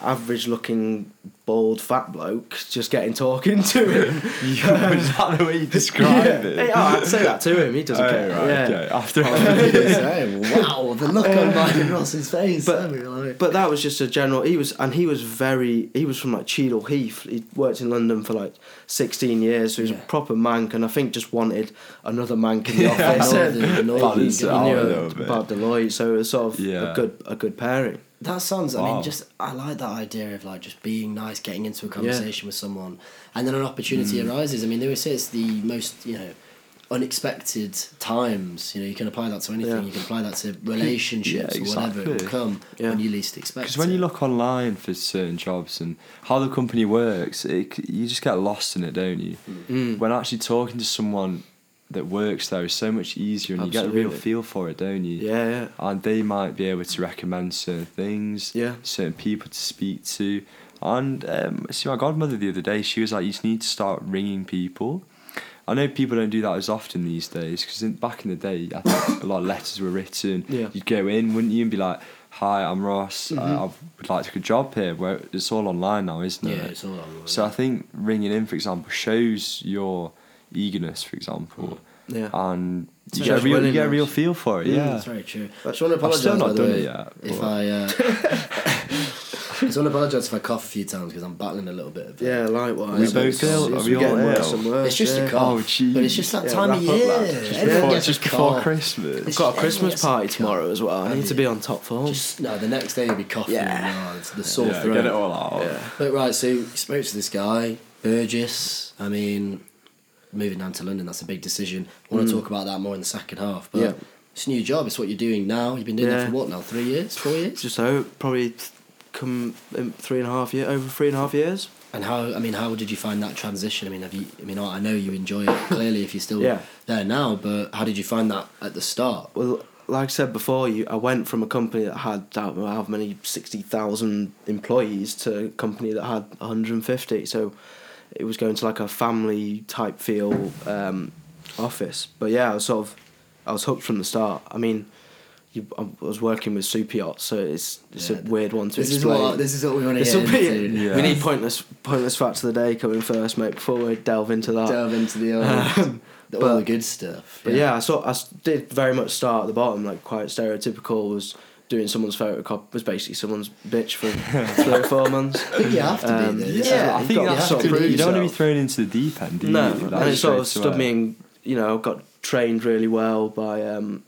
average looking bald fat bloke just getting talking to him.
You, is that the way you describe it?
Hey, oh, I'd say that to him, he doesn't
Oh,
care.
right,
yeah.
okay. After
So, wow, the look on mine and Ross's face.
But-
I mean, like-
But that was just a general he was and he was very he was from like Cheadle Heath. He worked in London for like sixteen years, so he was
Yeah.
a proper mank and I think just wanted another mank in the
Yeah.
office.
Northern- northern
Balance it
guy.
out a
Yeah.
little bit. about Deloitte, so it was sort of
Yeah.
a good a good pairing.
That sounds. I
Wow.
mean, just I like that idea of like just being nice, getting into a conversation with someone, and then an opportunity
Mm.
arises. I mean, they always say it's the most you know unexpected times. You know, you can apply that to anything.
Yeah.
You can apply that to relationships
Yeah,
or whatever. It will
exactly.
come
Yeah.
when you least expect.
Because when
it.
you look online for certain jobs and how the company works, it, c- you just get lost in it, don't you?
Mm.
When actually talking to someone that works there is so much easier and you get a real
Absolutely.
feel for it, don't you?
Yeah, yeah.
and they might be able to recommend certain things,
Yeah.
certain people to speak to. And um, see, my godmother the other day, she was like, "You just need to start ringing people." I know people don't do that as often these days because in, back in the day, I think a lot of letters were written.
Yeah.
You'd go in, wouldn't you, and be like, "Hi, I'm Ross. I, I would like to get a job here." Where it's all online now, isn't
Mm-hmm. yeah,
it?
it's all online.
So I think ringing in, for example, shows your eagerness, for example,
Yeah.
and
It
you get, a
shows
real, you get a
willingness.
real feel for it.
Mm,
Yeah,
that's very true. I just want to
I've
apologise.
still
by
not
the
done
way,
it yet.
If
but-
I, uh, I just want to apologise if I cough a few times because I'm battling a little bit of. uh,
Yeah, likewise.
We
It's-
both
it's-
ill?
it's
Are we all
getting worse
ill?
and worse,
It's just a
yeah.
cough,
Oh,
but it's just that
Yeah,
time of
wrap up,
year.
lads. Just
Everyone
before,
gets a
just before
cough.
Christmas.
I've got a Christmas
Yes.
party tomorrow as well. I need to be on top form.
Just no, the next day you'll be coughing.
Yeah.
and, oh, the sore throat.
all out.
yeah.
But right, so you spoke to this guy, Burgess. I mean, moving down to London, that's a big decision. I want to talk about that more in the second half. But
Mm. Yeah.
it's a new job. It's what you're doing now. You've been doing it
Yeah.
for what now? Three years? Four years?
Just so probably come in three and a half year over three and a half years.
And how I mean, how did you find that transition? I mean, have you? I mean, I know you enjoy it clearly if you're still
Yeah.
there now, but how did you find that at the start?
Well, like I said before, you I went from a company that had I don't know how many sixty thousand employees to a company that had one hundred and fifty. So it was going to like a family type feel um, office. But yeah, I was sort of I was hooked from the start. I mean. You, I was working with Supiot, so it's it's
Yeah.
a weird one to
This is
explain.
what this is what we want to
This
hear.
will be
into.
Yeah.
We need pointless pointless facts of the day coming first, mate. Before we delve into that,
Delve into the old, the- all
Uh, um, but-
the good stuff.
but yeah, I sort I s- did very much start at the bottom, like quite stereotypical. Was doing someone's photocop was basically someone's bitch for three or four months.
I think you have to
Um,
be. Though.
Yeah,
This is what
I
you've
think
got to
that's
do.
sort of
good. You don't want to be
yourself.
thrown into the deep end, do you?
No,
Like,
and it sort of
straight uh,
stood
away.
me in. You know, got trained really well by um,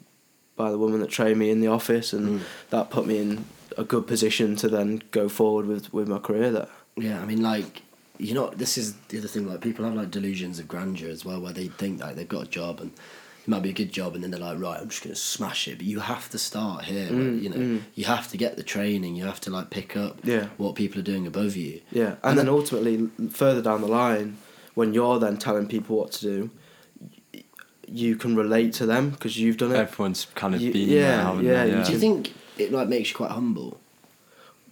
by the woman that trained me in the office, and that put me in a good position to then go forward with with my career. There,
Yeah, I mean, like, you know, this is the other thing. Like, people have like delusions of grandeur as well, where they think like they've got a job and it might be a good job, and then they're like, right, I'm just gonna smash it. But you have to start here.
Mm,
you know,
mm.
you have to get the training. You have to like pick up
Yeah.
what people are doing above you.
yeah, and, then ultimately further down the line, when you're then telling people what to do. y- You can relate to them because you've done it.
Everyone's kind of
You-
been
yeah,
there, haven't
yeah,
they?
you
Yeah.
Do you think it like makes you quite humble?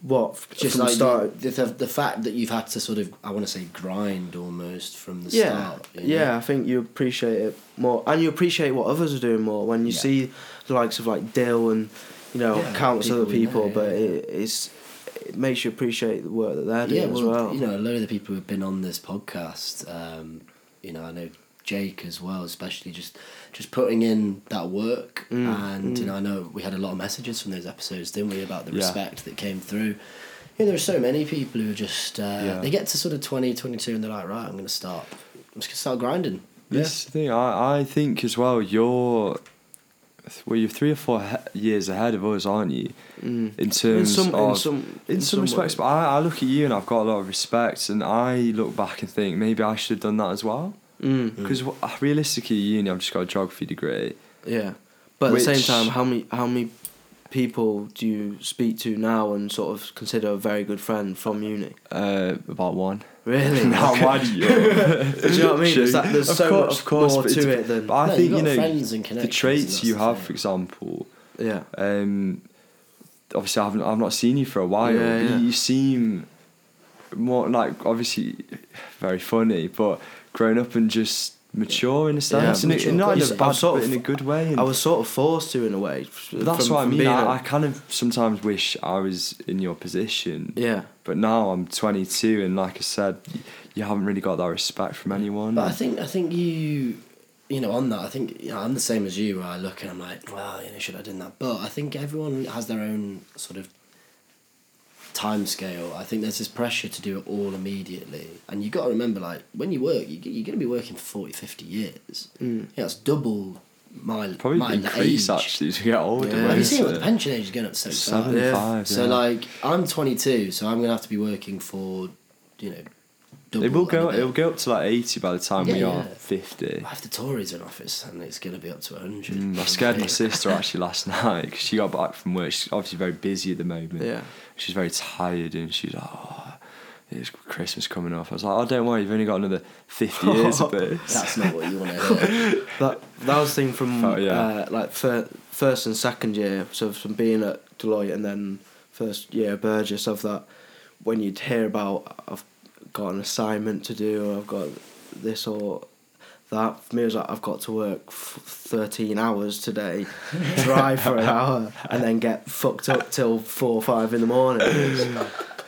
What f-
Just
from
like
the start?
The, the, the fact that you've had to sort of, I want to say, grind almost from the
yeah,
start. you know?
yeah. I think you appreciate it more, and you appreciate what others are doing more when you
Yeah.
see the likes of like Dill and you know
Yeah,
countless other
people
people.
we know,
but
yeah.
it, it's it makes you appreciate the work that they're doing
yeah,
as
well,
well.
you know, a lot of the people who've been on this podcast, um, you know, I know Jake as well, especially just just putting in that work,
Mm,
and you
mm.
know, I know we had a lot of messages from those episodes, didn't we, about the
Yeah.
respect that came through. You know, there are so many people who are just uh,
Yeah.
they get to sort of 20, 22 and they're like, right, I'm going to start, I'm just going to start grinding.
This thing, I, I think as well, you're well, you're three or four he- years ahead of us, aren't you?
Mm.
In
in
terms
some,
of
in some,
in some respects, but
ways.
I, I look at you and I've got a lot of respect, and I look back and think maybe I should have done that as well.
Mm,
Because realistically, uni, I've just got a geography degree.
yeah, but at the
Which-
same time, how many how many people do you speak to now and sort of consider a very good friend from uni?
Uh, about one.
Really?
Now, why do you?
Do you know what I mean? There's, that, there's
Of
so
course-
much
of course,
more
but it's-
to it than
But I
No,
think you
you've got
know
friends and
the
connections, and
traits
that's
you
the
have,
thing.
for example.
yeah.
Um, obviously, I haven't I've not seen you for a while.
Yeah,
but
yeah.
You seem more like obviously very funny, but grown up and just mature in a sense,
Yeah,
and, it- and
mature.
not in a
I've
bad,
sort
but
of-
in a good way. And
I was sort of forced to in a way. f-
that's
from-
what I
from
mean.
being a-
I, I kind of sometimes wish I was in your position,
yeah,
but now I'm 22, and like I said, y- you haven't really got that respect from anyone.
But I think I think you, you know, on that, I think you know, I'm the same as you. Where I look and I'm like, well, you know, should I have done that? But I think everyone has their own sort of time scale. I think there's this pressure to do it all immediately, and you got to remember, like when you work, you, you're going to be working for 40, 50 years.
Mm.
Yeah, it's double my my
probably increase
age.
actually as you get older.
Yeah.
Have you
isn't
seen what the
it?
pension age is going up so fast?
Seventy-five.
So
uh, yeah.
like I'm 22, so I'm going to have to be working for, you know, double.
It will go.
and a
It
bit.
will go up to like eighty by the time
Yeah,
we
yeah.
are fifty.
Well, If the Tories in office, and it's going to be up to 100.
Mm, I scared my sister actually last night 'cause she got back from work. She's obviously very busy at the moment.
yeah.
She's very tired and she's like, oh, it's Christmas coming off. I was like, oh, don't worry, you've only got another fifty years of this.
That's not what you want to hear.
That that was the thing from
Oh, yeah.
uh, like fir- first and second year. So from being at Deloitte and then first year at Burgess of that, when you'd hear about I've got an assignment to do or I've got this or that. For me, it was like I've got to work f- thirteen hours today, drive for an hour, and then get fucked up till four or five in the morning.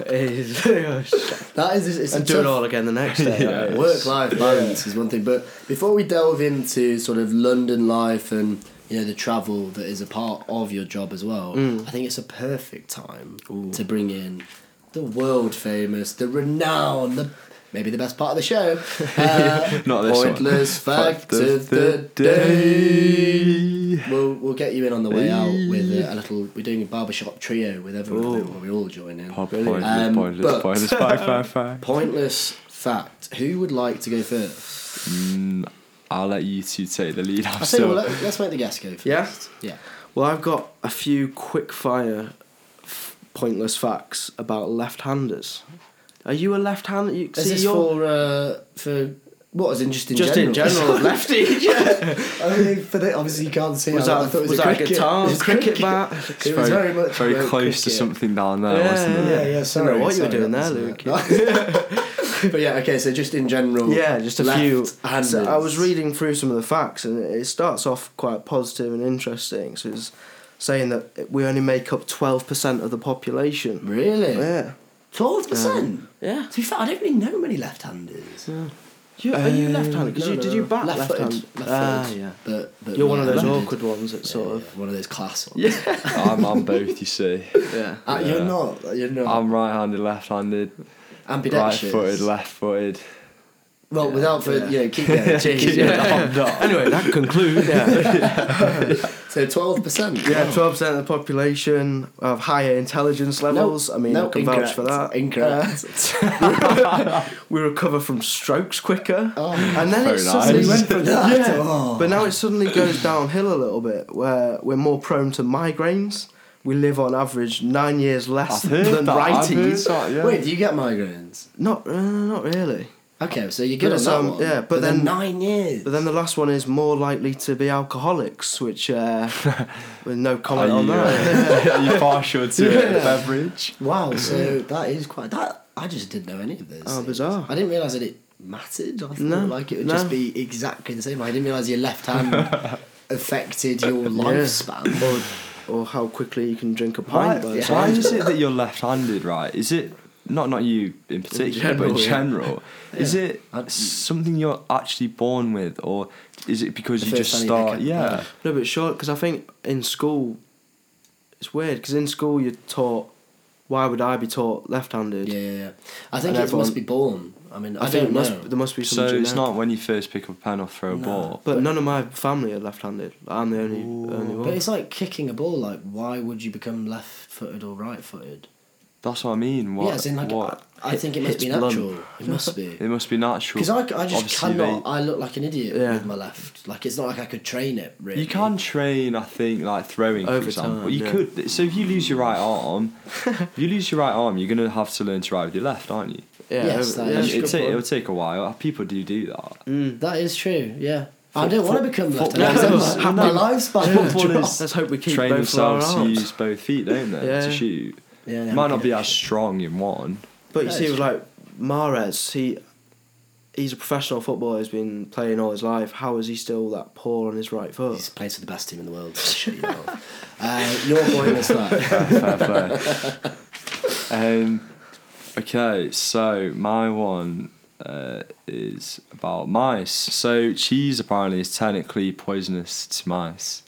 It's- it's-
That is, it's
and
a
do it
tough-
all again the next day.
Yeah.
like,
Work life balance is one thing, but before we delve into sort of London life and you know the travel that is a part of your job as well,
Mm.
I think it's a perfect time
Ooh.
to bring in the world famous, the renowned, the maybe the best part of the show, uh,
Not this one.
pointless fact of the day. We'll, we'll get you in on the way out with a, a little. We're doing a barbershop trio with everyone
Ooh.
where we all join in.
Pop
Brilliant.
pointless,
Um, but-
pointless, pointless, five, five, five.
Pointless fact. Who would like to go first?
Mm, I'll let you two take the lead. I'm
I say, well,
still.
let, let's make the guest go first.
Yeah?
Yeah.
Well, I've got a few quick fire f- pointless facts about left-handers. Are you a left-hander? You,
Is
see,
this
you're-
for uh, for what is interesting?
just in general lefty.
I mean, for the, obviously you can't see.
Was
that, I
that,
thought it
was
was, a
that a
cricket.
guitar?
It
Was
was
a cricket
cricket.
bat?
It was very much
very
about
close to
cricket.
something down there,
Yeah,
wasn't it?
Yeah, yeah. Sorry,
know what you
sorry,
were doing
that
there,
wasn't it. but yeah, okay. So just in general,
Yeah, just a few.
left-handers.
So I was reading through some of the facts, and it starts off quite positive and interesting. So it's saying that we only make up twelve percent of the population.
Really,
Yeah.
twelve percent.
Yeah.
To be fair, I don't really know many left-handers.
You, are
Um,
you left-handed? 'Cause
No,
you,
no,
did
no.
you bat left-handed?
Left-footed,
Ah,
left-footed.
yeah.
But, but
You're one of those
left-handed.
awkward ones that sort of.
Yeah, one of those class ones.
Yeah.
I'm on both, you see.
Yeah.
Uh, You're
Yeah.
not. You're not.
I'm right handed, left handed, right
ambidextrous.
footed, left footed.
Well,
Yeah.
without further,
Yeah.
you know, keep going. Jeez, yeah.
Anyway, that concludes. Yeah.
So twelve percent.
Yeah, twelve percent of the population have higher intelligence levels. I mean, I can vouch for that. Uh,
Incorrect.
we recover from strokes quicker.
Oh.
and then
Very
it's
nice.
so
suddenly
we went from that.
Yeah.
to, oh.
But now it suddenly goes downhill a little bit, where we're more prone to migraines. We live on average nine years less
I've heard
than
that, I've heard
righties.
that, yeah.
Wait, do you get migraines?
Not, uh, not really.
Okay, so you
But
get on
it's,
that
um,
one.
yeah, but then-
nine years.
But then the last one is more likely to be alcoholics, which uh, with no
Are
comment on
you,
that.
uh, are you partial to
Yeah.
a beverage?
wow, so that is quite that. I just didn't know any of those.
Oh,
things.
bizarre.
I didn't realize that it mattered. I thought
No,
like it would
no.
just be exactly the same. I didn't realize your left hand
Uh,
affected your lifespan.
Or how quickly you can drink a
Why,
pint. by the
yeah.
why
time.
is it that you're left handed, right? Is it not not you in particular, but in
general, yeah.
general? Is it
I'd-
something you're actually born with, or is it because
The
you
first
just
time you
start?
pick
Yeah.
up-
No, but sure, because I think in school, it's weird because in school you're taught. Why would I be taught left-handed?
Yeah, yeah, yeah. I think
And
it
everyone-
must be born. I mean, I,
I, think
don't
it must,
know.
there must be
So
some.
it's
genetic-
not when you first pick up a pen or throw a
No.
ball.
But none of my family are left-handed. I'm the only only
But
one.
it's like kicking a ball. Like, why would you become left-footed or right-footed?
That's what I mean. What?
yeah, as in like,
what?
I, I think it must
Hits
be
blunt.
natural. It must be.
it must be natural.
Because I, I just
Obviously,
cannot. I look like an idiot
Yeah.
with my left. Like it's not like I could train it. Really,
You can train, I think, like throwing,
Over
for example.
time,
you
yeah.
could. So if you lose your right arm, if you lose your right arm, you're gonna have to learn to ride with your left, aren't you?
Yeah,
Yes,
over-
that is
yeah.
And
true.
it
good
take,
point.
it'll take a while. People do do that.
That is true. Yeah. I don't want to become
foot-
left-handed.
No,
That's
no,
my
no.
lifespan. will drop.
Footballers
Let's hope we keep
train
both of our
themselves to
arms.
use both feet, don't they,
Yeah.
to shoot?
Yeah, yeah,
Might
okay.
not be as strong in one.
But you
Yeah,
see,
it's
with like Mares, he he's a professional footballer. He's been playing all his life. How is he still that poor on his right foot?
He's plays for the best team in the world. Shut your mouth. Uh, your point was that.
Fair play. um, okay, so my one uh, is about mice. So cheese apparently is technically poisonous to mice.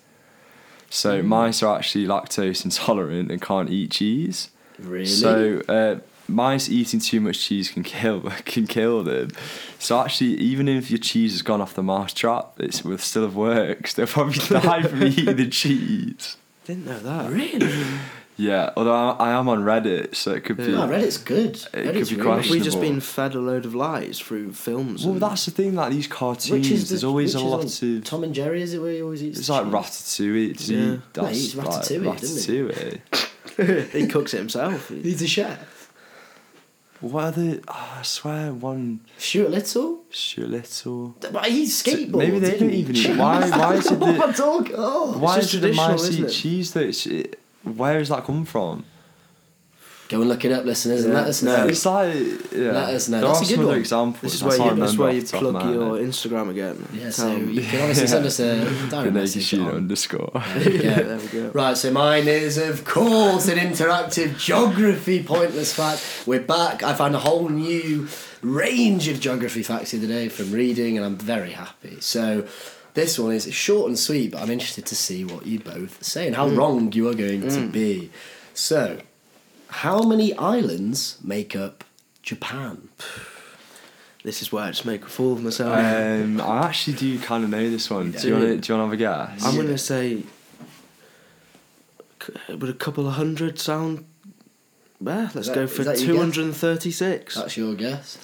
So mice are actually lactose intolerant and can't eat cheese.
Really?
So uh, mice eating too much cheese can kill can kill them. So actually, even if your cheese has gone off the mouse trap, it will still have worked. They'll probably die from eating the cheese.
Didn't know that.
really?
Yeah, although I, I am on Reddit, so it could be.
No, Reddit's good.
could
Reddit's
be
really
quite-
good.
Have we just
Questionable.
been fed a load of lies through films?
Well,
and-
that's the thing. Like these cartoons,
Which is
there's
the-
always a
which is
lot
on
of.
Tom and Jerry is it where he always eats?
It's
the
like
cheese?
ratatouille. It's
Yeah. No,
yeah.
he's ratatouille, doesn't
he cooks it himself.
He's a chef.
What are they? Oh, I swear, one
Shoot Little.
shoot little.
But he skateboards.
Maybe they
didn't
don't
he?
even eat- why- why is it that-
What am I talking- Oh.
Why
just
is the
traditional,
mice
isn't
eat
it?
cheese? Though it's, it, where has that come from?
Go and look it up, listeners, and
Yeah.
let us
No.
know.
It's like yeah.
Let us know.
There
That's
are
a good
some other
one.
examples.
This is
That's
where
all I
you, this is
remember
where
off
you
the top of my
plug
head.
your Instagram again. Um,
Yeah,
Tell
so
them.
you can obviously send us a
the
direct
naked
message.
shoot
On.
underscore.
Yeah.
there we go.
Right, so mine is, of course, an interactive geography pointless fact. We're back. I found a whole new range of geography facts the other day from reading, and I'm very happy. So, this one is short and sweet, but I'm interested to see what you both say and how
Hmm.
wrong you are going to be. So, how many islands make up Japan?
This is where I just make a fool of myself.
um, I actually do kind of know this one. Do you
Yeah.
want to? Do you want to have a guess?
I'm gonna say, c- would a couple of hundred sound? Yeah, let's
that-
go
is
for
that your guess?
two hundred and thirty-six.
That's your guess.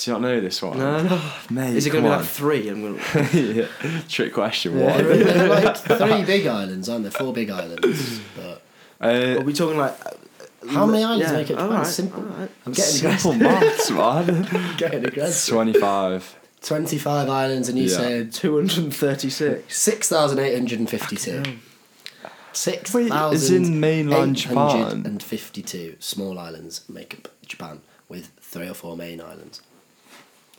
Do you not know this one?
No, no.
Mate,
Is it gonna be
come
like
on.
three? I'm gonna.
yeah. Trick question.
Well,
What?
there are like three big islands, aren't there? Four big islands. But
Uh,
Are we talking like uh,
How many islands
yeah,
make it?
all
Japan?
right,
Simple.
all right.
I'm
Getting
simple maths, man.
Getting aggressive.
Twenty-five.
25 islands, and you
Yeah.
said
236.
6,852.
Wait, it's in mainland Japan.
6,852 small islands make up Japan with three or four main islands.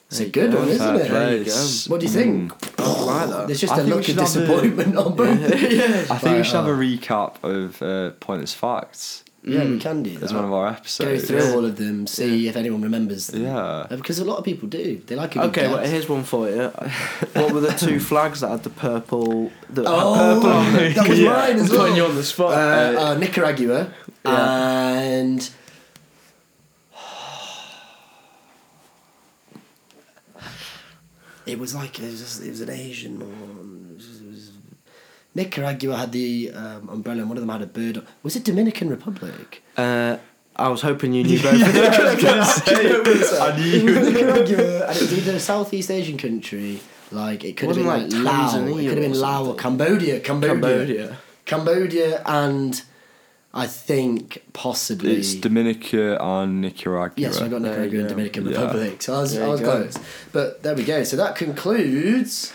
It's a good
go,
one, isn't
fair
it?
play. Mm. Hmm.
What do you think?
I like that.
There's just
I
a
think we
look of
should have a-
disappointment on both.
yeah.
I think we
Right,
should have a
uh,
recap of uh, pointless facts
Yeah,
Hmm.
we can do
as one
that.
of our
Go
episodes.
through all of them, see if anyone remembers them.
Yeah.
Uh, Because a lot of people do. They like a good
Okay, well,
guess.
here's one for you. What were the two flags that had the purple? That
Oh,
had purple on it?
that was
Yeah,
mine as
I'm
well.
Putting you on the spot.
uh, uh, Nicaragua and it was like it was, just, it was an Asian one. It was- it was- Nicaragua had the um, umbrella, and one of them had a bird. on- Was it Dominican Republic?
Uh, I was hoping you knew both.
I knew.
Nicaragua, and it was either a Southeast Asian country, like it could have
Wasn't
been like,
like
Laos, it
Tanzania
could have
or
been Laos,
something.
Cambodia, Cambodia,
Cambodia.
Cambodia, and I think possibly
It's Dominica and Nicaragua.
Yes, I got
There you
Nicaragua and
go.
Dominican
Yeah.
Republic. So I was,
There
I
you
was
go.
close. But there we go. So that concludes.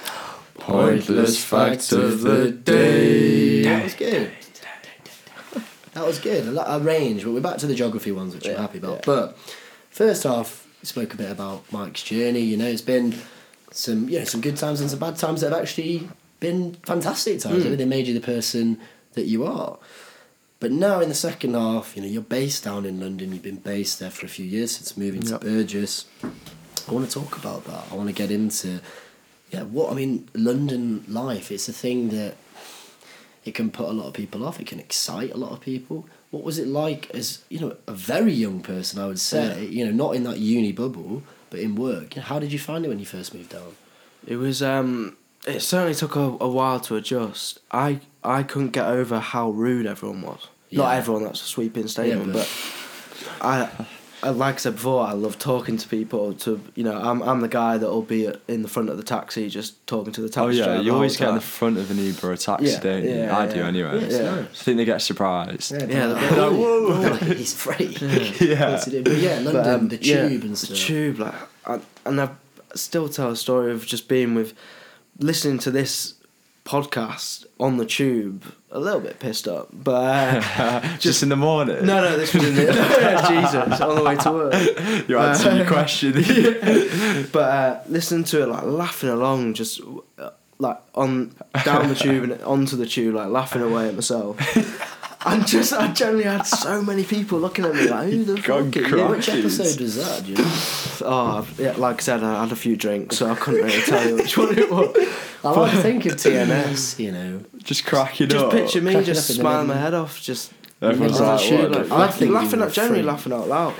Pointless fact of the
That
day.
was good. That was good. A, lot, a range. But we're back to the geography ones, which I'm
Yeah,
happy about.
yeah.
But first off, we spoke a bit about Mike's journey. You know, it's been some you know some good times and some bad times that have actually been fantastic
Hmm.
times. haven't They made you the person that you are. But now in the second half, you know, you're based down in London. You've been based there for a few years since moving
Yep.
to Burgess. I want to talk about that. I want to get into, yeah, what I mean, London life. It's a thing that it can put a lot of people off. It can excite a lot of people. What was it like as you know a very young person? I would say you know not in that uni bubble, but in work. You know, how did you find it when you first moved down?
It was. Um, it certainly took a, a while to adjust. I I couldn't get over how rude everyone was. Not
Yeah.
everyone. That's a sweeping statement,
but-
but, I, I. Like I said before, I love talking to people. To you know, I'm I'm the guy that'll be at- in the front of the taxi, just talking to the
Oh
taxi.
yeah,
driver
you
all
always
the
get in the
time.
front of an Uber or a taxi,
Yeah,
don't you?
yeah,
I do
yeah.
anyway.
Yeah, it's
Yeah.
I think they get surprised.
Yeah,
but-
they're like,
Oh, he's free.
Yeah.
What's he doing? But yeah, London,
But, um,
the
yeah,
tube and stuff.
The tube, like, I, and I still tell a story of just being with, listening to this podcast on the tube, a little bit pissed up, but. Uh,
Just, in the morning.
No, no, this was in the Jesus on the way to work.
You answer
Uh,
your question.
But uh, listening to it, like laughing along, just uh, like on down the tube and onto the tube, like laughing away at myself. And just, I generally had so many people looking at me like, who the
Gone
fuck are
crazy.
you?
Which episode was that? Do you know?
Oh, I've- yeah, like I said, I had a few drinks, so I couldn't really tell you which one it was.
I like to think of TMS, you know.
just cracking
Just
up.
picture me
Cracking up
just
in the
smiling my
middle.
head off, just
Everyone's
Oh,
like,
shoot,
what the
like,
fuck?
I think
laughing
you
at
were
generally
free.
laughing out loud.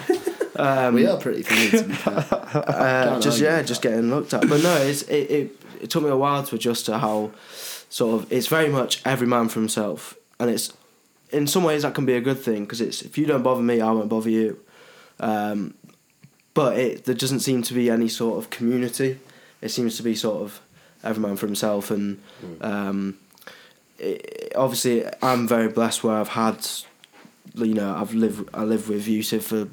we
Um,
are pretty funny to be fair.
Uh,
Can't
just
argue
yeah,
with
just
that.
getting looked at. But no, it's, it, it it took me a while to adjust to how sort of it's very much every man for himself, and it's in some ways that can be a good thing because it's if you don't bother me, I won't bother you. Um, but it there doesn't seem to be any sort of community. It seems to be sort of every man for himself, and
Hmm.
um, it, obviously I'm very blessed where I've had, you know, I've lived I lived with Yusuf for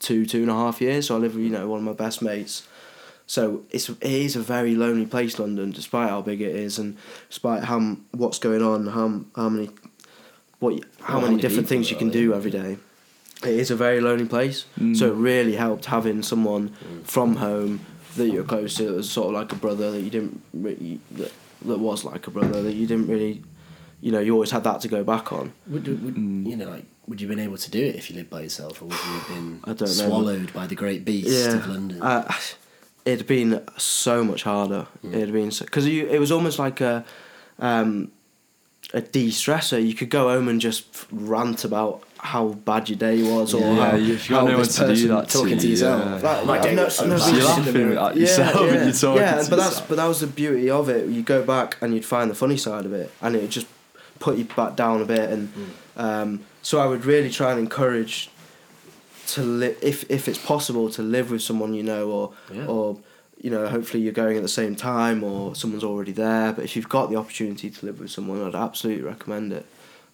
two two and a half years, so I live with you know one of my best mates. So it's it is a very lonely place, London, despite how big it is, and despite how m- what's going on, how m- how many, what y-
Well, how
how many
many
different things you
people
can
are there,
do every day. It is a very lonely place, so it really helped having someone from home that you're close to, that was sort of like a brother that you didn't really, that, that was like a brother that you didn't really, you know, you always had that to go back on.
Would, would
Mm.
you know like would you have been able to do it if you lived by yourself, or would you have been
I don't know.
swallowed by the great beast of London?
Uh, it'd been so much harder.
Hmm.
It'd been because you. it was almost like a, um, a de-stressor. You could go home and just rant about how bad your day was or
Yeah,
how
you've got
how
no one
this
to do
person-
that
talking to
you,
yourself.
yeah.
Like,
Like,
I've
no-
not-
no-
I've
So you're
seen the
laughing
mirror.
at yourself
yeah.
and you're talking
yeah,
to
but that's
yourself.
but that was the beauty of it. You go back and you'd find the funny side of it, and it would just put you back down a bit. And
Hmm.
um, so I would really try and encourage to live if if it's possible to live with someone you know, or
Yeah.
or you know, hopefully you're going at the same time, or someone's already there. But if you've got the opportunity to live with someone, I'd absolutely recommend it.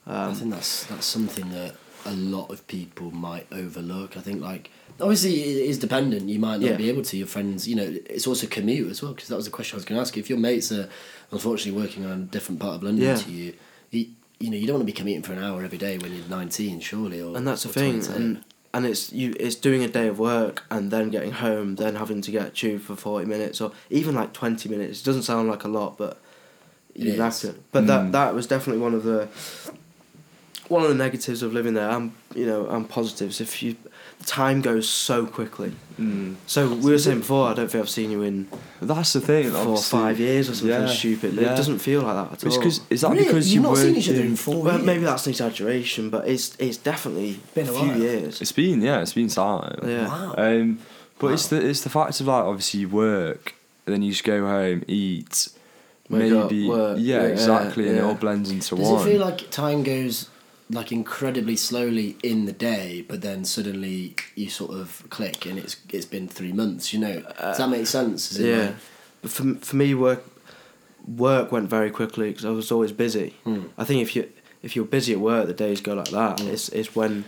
I
Um,
think that's that's something that a lot of people might overlook. I think like obviously it is dependent. You might not
Yeah.
be able to. Your friends, you know, it's also commute as well because that was the question I was going to ask you. If your mates are unfortunately working on a different part of London
Yeah.
to you, you, you know, you don't want to be commuting for an hour every day when you're nineteen, surely. Or
and that's the
or
thing
22.
and, and it's you it's doing a day of work and then getting home then having to get a tube for 40 minutes or even like 20 minutes it doesn't sound like a lot but
It
you lack
is.
it but
Mm.
that that was definitely one of the one of the negatives of living there and you know and positives if you time goes so quickly
Mm.
so we were saying before i don't think i've seen you in
That's the thing.
four or
obviously.
five years or something
Yeah,
stupid
yeah.
it doesn't feel like that at
It's
all
'cause- is that
Really?
because
You've
you
not seen
weren't
each other in
in-
four
well,
years?
maybe that's an exaggeration but it's it's definitely
Been a
few
while.
years
It's been yeah, it's been time.
yeah
Wow.
Um, but it's
Wow.
the it's the fact of like obviously you work, and then you just go home, eat,
Wake up,
maybe
work,
yeah,
yeah,
exactly, and it
yeah.
all blends into
Does
one.
it feel like time goes like incredibly slowly in the day, but then suddenly you sort of click and it's it's been three months? You know, does that make sense? Is it
yeah,
like-
but for for me, work work went very quickly because I was always busy.
Hmm.
I think if you if you're busy at work, the days go like that.
Hmm.
Mm.
It's it's when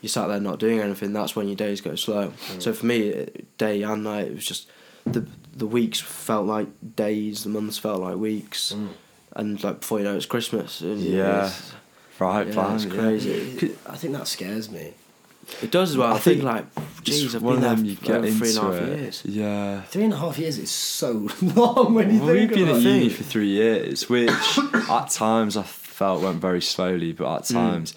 you sat there not doing anything. That's when your days go slow.
Hmm.
Mm.
So for me, it- day and night, it was just the the weeks felt like days, the months felt like weeks,
Mm.
and like before you know, it, it's Christmas. And
Hmm. Yeah.
it's-
right,
yeah,
plan,
it's
yeah.
crazy.
It- I think that scares me.
It does as well.
I
I, think,
think
like,
Just
geez, I've
one
been
of
there
them
for over three and a half
it.
years.
Yeah.
Three and a half years is so long when you
We've
think
been
about
at
it.
uni
thing.
for three years, which at times I felt went very slowly, but at times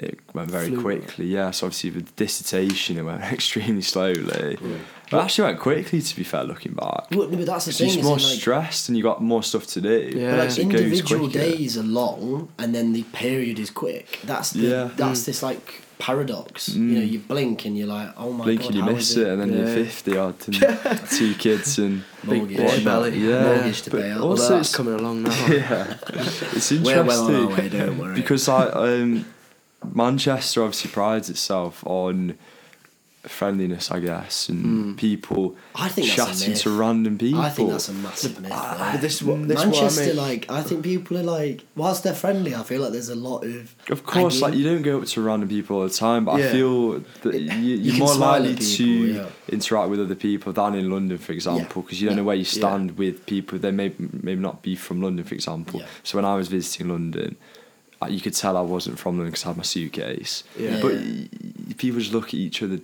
it went very
Flew.
quickly. Yeah, so obviously with dissertation it went extremely slowly.
Yeah.
But it actually went quickly to be fair, looking back.
Well, no, but that's the
It's
thing.
just
is
more
it, like,
stressed and you got more stuff to do.
Yeah.
But like
so it goes
individual
quicker.
days are long, and then the period is quick. That's the
Yeah.
that's this like paradox.
Mm.
You know, you blink and you're like, oh my
Blink
god,
and you
how
miss
is
it, and then you're
Yeah.
50 odd and two kids and
Big
big
boy
belly.
belly.
Yeah.
Mortgage to
But
pay out.
Although
Also,
that's
it's,
coming along now.
yeah, it's interesting.
We're well on our way, don't worry.
because like um, Manchester obviously prides itself on friendliness, I guess, and people
Hmm. I think that's a
chatting
myth.
to random people.
I think that's a massive myth.
Ah,
though.
but this is what- this is what I
Manchester,
mean.
like, I think people are like, whilst they're friendly, I feel like there's a lot of.
of
hanging.
course, like you don't go up to random people all the time, but I
Yeah.
feel that you, you're
can
more
smile at
likely
people,
to
yeah.
interact with other people than in London, for example, because you don't
Yeah.
know where you stand with people. They may maybe not be from London, for example.
Yeah.
So when I was visiting London, I- you could tell I wasn't from London because I had my suitcase.
Yeah.
But
Yeah.
y- y- people just look at each other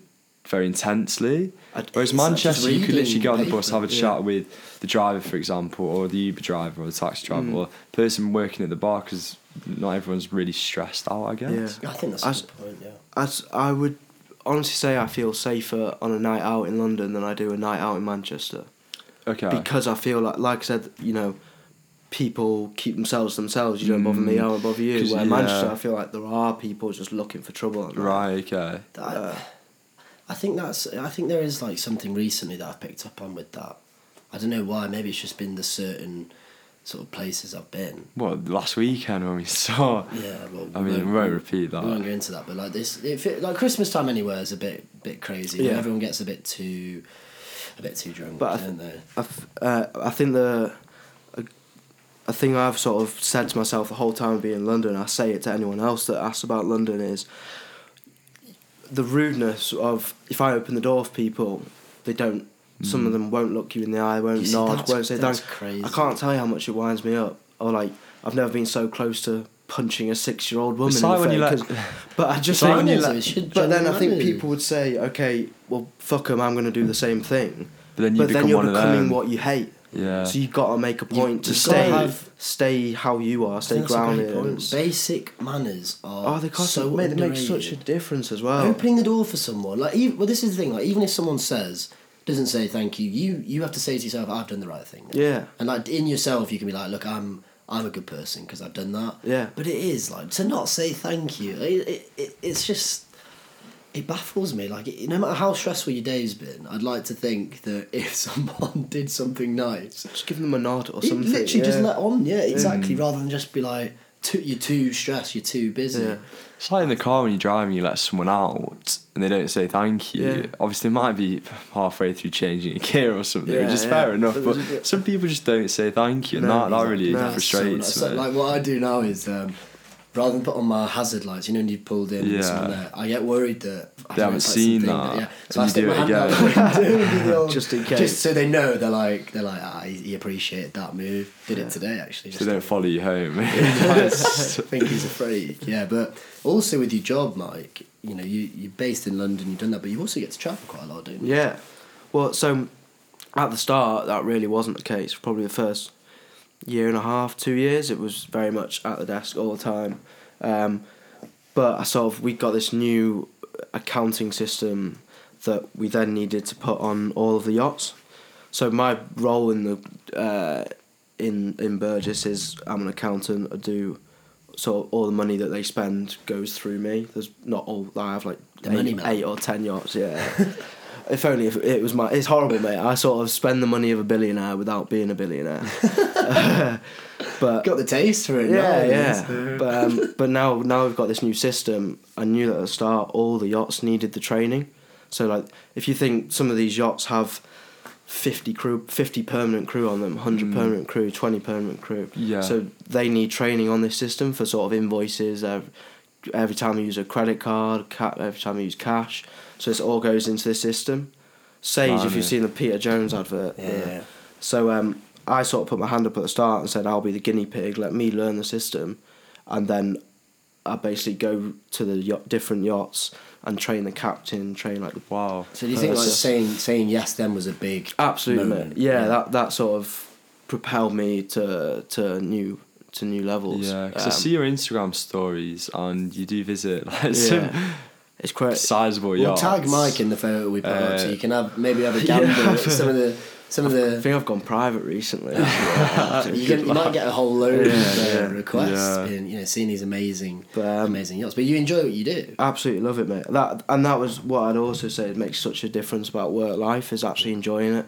very intensely.
I-
Whereas
It's like
Manchester, you could
reading
literally get on the bus,
paper,
have a
yeah.
chat with the driver, for example, or the Uber driver, or the taxi driver,
Mm.
or the person working at the bar, because not everyone's really stressed out, I guess.
I think that's
I
a
s-
good point. Yeah.
As I would honestly say, I feel safer on a night out in London than I do a night out in Manchester
Okay.
because I feel like, like I said, you know, people keep themselves themselves. You don't bother me,
Mm.
I won't bother you.
'Cause,
Where
yeah.
in Manchester, I feel like there are people just looking for trouble. and that.
right, okay.
That,
Uh,
I think that's. I think there is like something recently that I've picked up on with that. I don't know why. Maybe it's just been the certain sort of places I've been.
What, last weekend when we saw.
Yeah, well,
I mean, we won't repeat that.
We won't go into that, but like this, it, fit- like Christmas time anywhere is a bit bit crazy.
Yeah.
Everyone gets a bit too, a bit too drunk,
But I
don't they?
I, f- uh, I think the a, a thing I've sort of said to myself the whole time being in London, I say it to anyone else that asks about London is the rudeness of if I open the door for people, they don't. Some of them won't look you in the eye, won't
Mm. You see,
nod,
that's-
won't say
that's
thanks.
crazy.
I can't tell you how much it winds me up. Or like I've never been so close to punching a six-year-old woman.
It's
in the
like when you
face,
let.
'cause- but I just
It's like
think,
when you let- Should
but then I
generally-
think people would say, okay, well, fuck 'em, I'm going to do the same thing
Then you
but
become
then you're
one of
becoming
them.
what you hate.
Yeah.
So you got to make a point to
you've
stay,
gotta have-
stay how you are,
I
stay
think that's a great
grounded.
point.
and s-
Basic manners are
Oh, they cost
so
mate, they make such a
underrated.
difference as well.
Opening the door for someone, like even, well, this is the thing. Like even if someone says doesn't say thank you, you you have to say to yourself, I've done the right thing.
Yeah.
And like in yourself, you can be like, look, I'm I'm a good person because I've done that.
Yeah.
But it is like to not say thank you. It, it, it it's just it baffles me. Like it, no matter how stressful your day's been, I'd like to think that if someone did something nice,
Just give them a nod or
you
something.
literally just
yeah.
let on. Yeah, exactly. Rather than just be like. Too, you're too stressed. You're too busy.
Yeah.
It's like in the car when you're driving, you let someone out and they don't say thank you.
Yeah.
Obviously, they might be halfway through changing your gear or something,
Yeah,
which is
yeah.
fair enough.
But
But
there's a bit-
some people just don't say thank you, and
No,
that, that really
No,
That's so
frustrates
nice.
me.
Like what I do now is um, rather than put on my hazard lights, you know, when you pulled in,
Yeah.
yeah. there, I get worried that I
They haven't
it's like
seen
something
that,
yeah,
and
so I
you
stick
do
my
it
hand out the window, do the old-
Just in case.
just so they know. They're like, they're like, ah, he, he appreciated that move. Did
Yeah.
it today, actually.
So
just
they don't follow you home.
I think he's afraid. Yeah, but also with your job, Mike, you know, you, you're based in London, you've done that, but you also get to travel quite a lot, don't you?
Yeah. Well, so at the start, that really wasn't the case. Probably the first year and a half, two years, it was very much at the desk all the time. Um, but I sort of we got this new accounting system that we then needed to put on all of the yachts. So my role in the uh, in in Burgess is I'm an accountant. I do so all the money that they spend goes through me. There's not all I have like
The money
eight,
man.
eight or ten yachts. Yeah. if only if it was my. It's horrible, mate. I sort of spend the money of a billionaire without being a billionaire. but
Got the taste for it.
yeah,
now,
yeah. But um, but now now we've got this new system. I knew that at the start all the yachts needed the training. So like if you think some of these yachts have fifty crew, fifty permanent crew on them, hundred
Mm.
permanent crew, twenty permanent crew.
Yeah.
So they need training on this system for sort of invoices. Uh, every time you use a credit card, ca- every time you use cash. So this all goes into this system. Sage, if
Blimey.
you've seen the Peter Jones advert.
Yeah, yeah.
So um, I sort of put my hand up at the start and said, I'll be the guinea pig, let me learn the system. And then I basically go to the yacht, different yachts and train the captain, train like the.
wow.
So do you think like,
Person.
saying saying yes then was a big
Absolutely,
moment?
mate. Yeah, That, that sort of propelled me to to new to new levels.
Yeah, because I
Um,
see your Instagram stories and you do visit like some
yeah. It's quite.
sizable
We'll
yachts.
tag Mike in the photo we put up so
Uh,
you can have maybe have a gander at some of the some of
I
the
think I've gone private recently.
you, can, you might get a whole load of uh,
Yeah, yeah,
requests
yeah.
in you know seeing these amazing
But, um,
amazing yachts. But you enjoy what you do.
Absolutely love it, mate. That and that was what I'd also say. It makes such a difference about work life is actually enjoying it.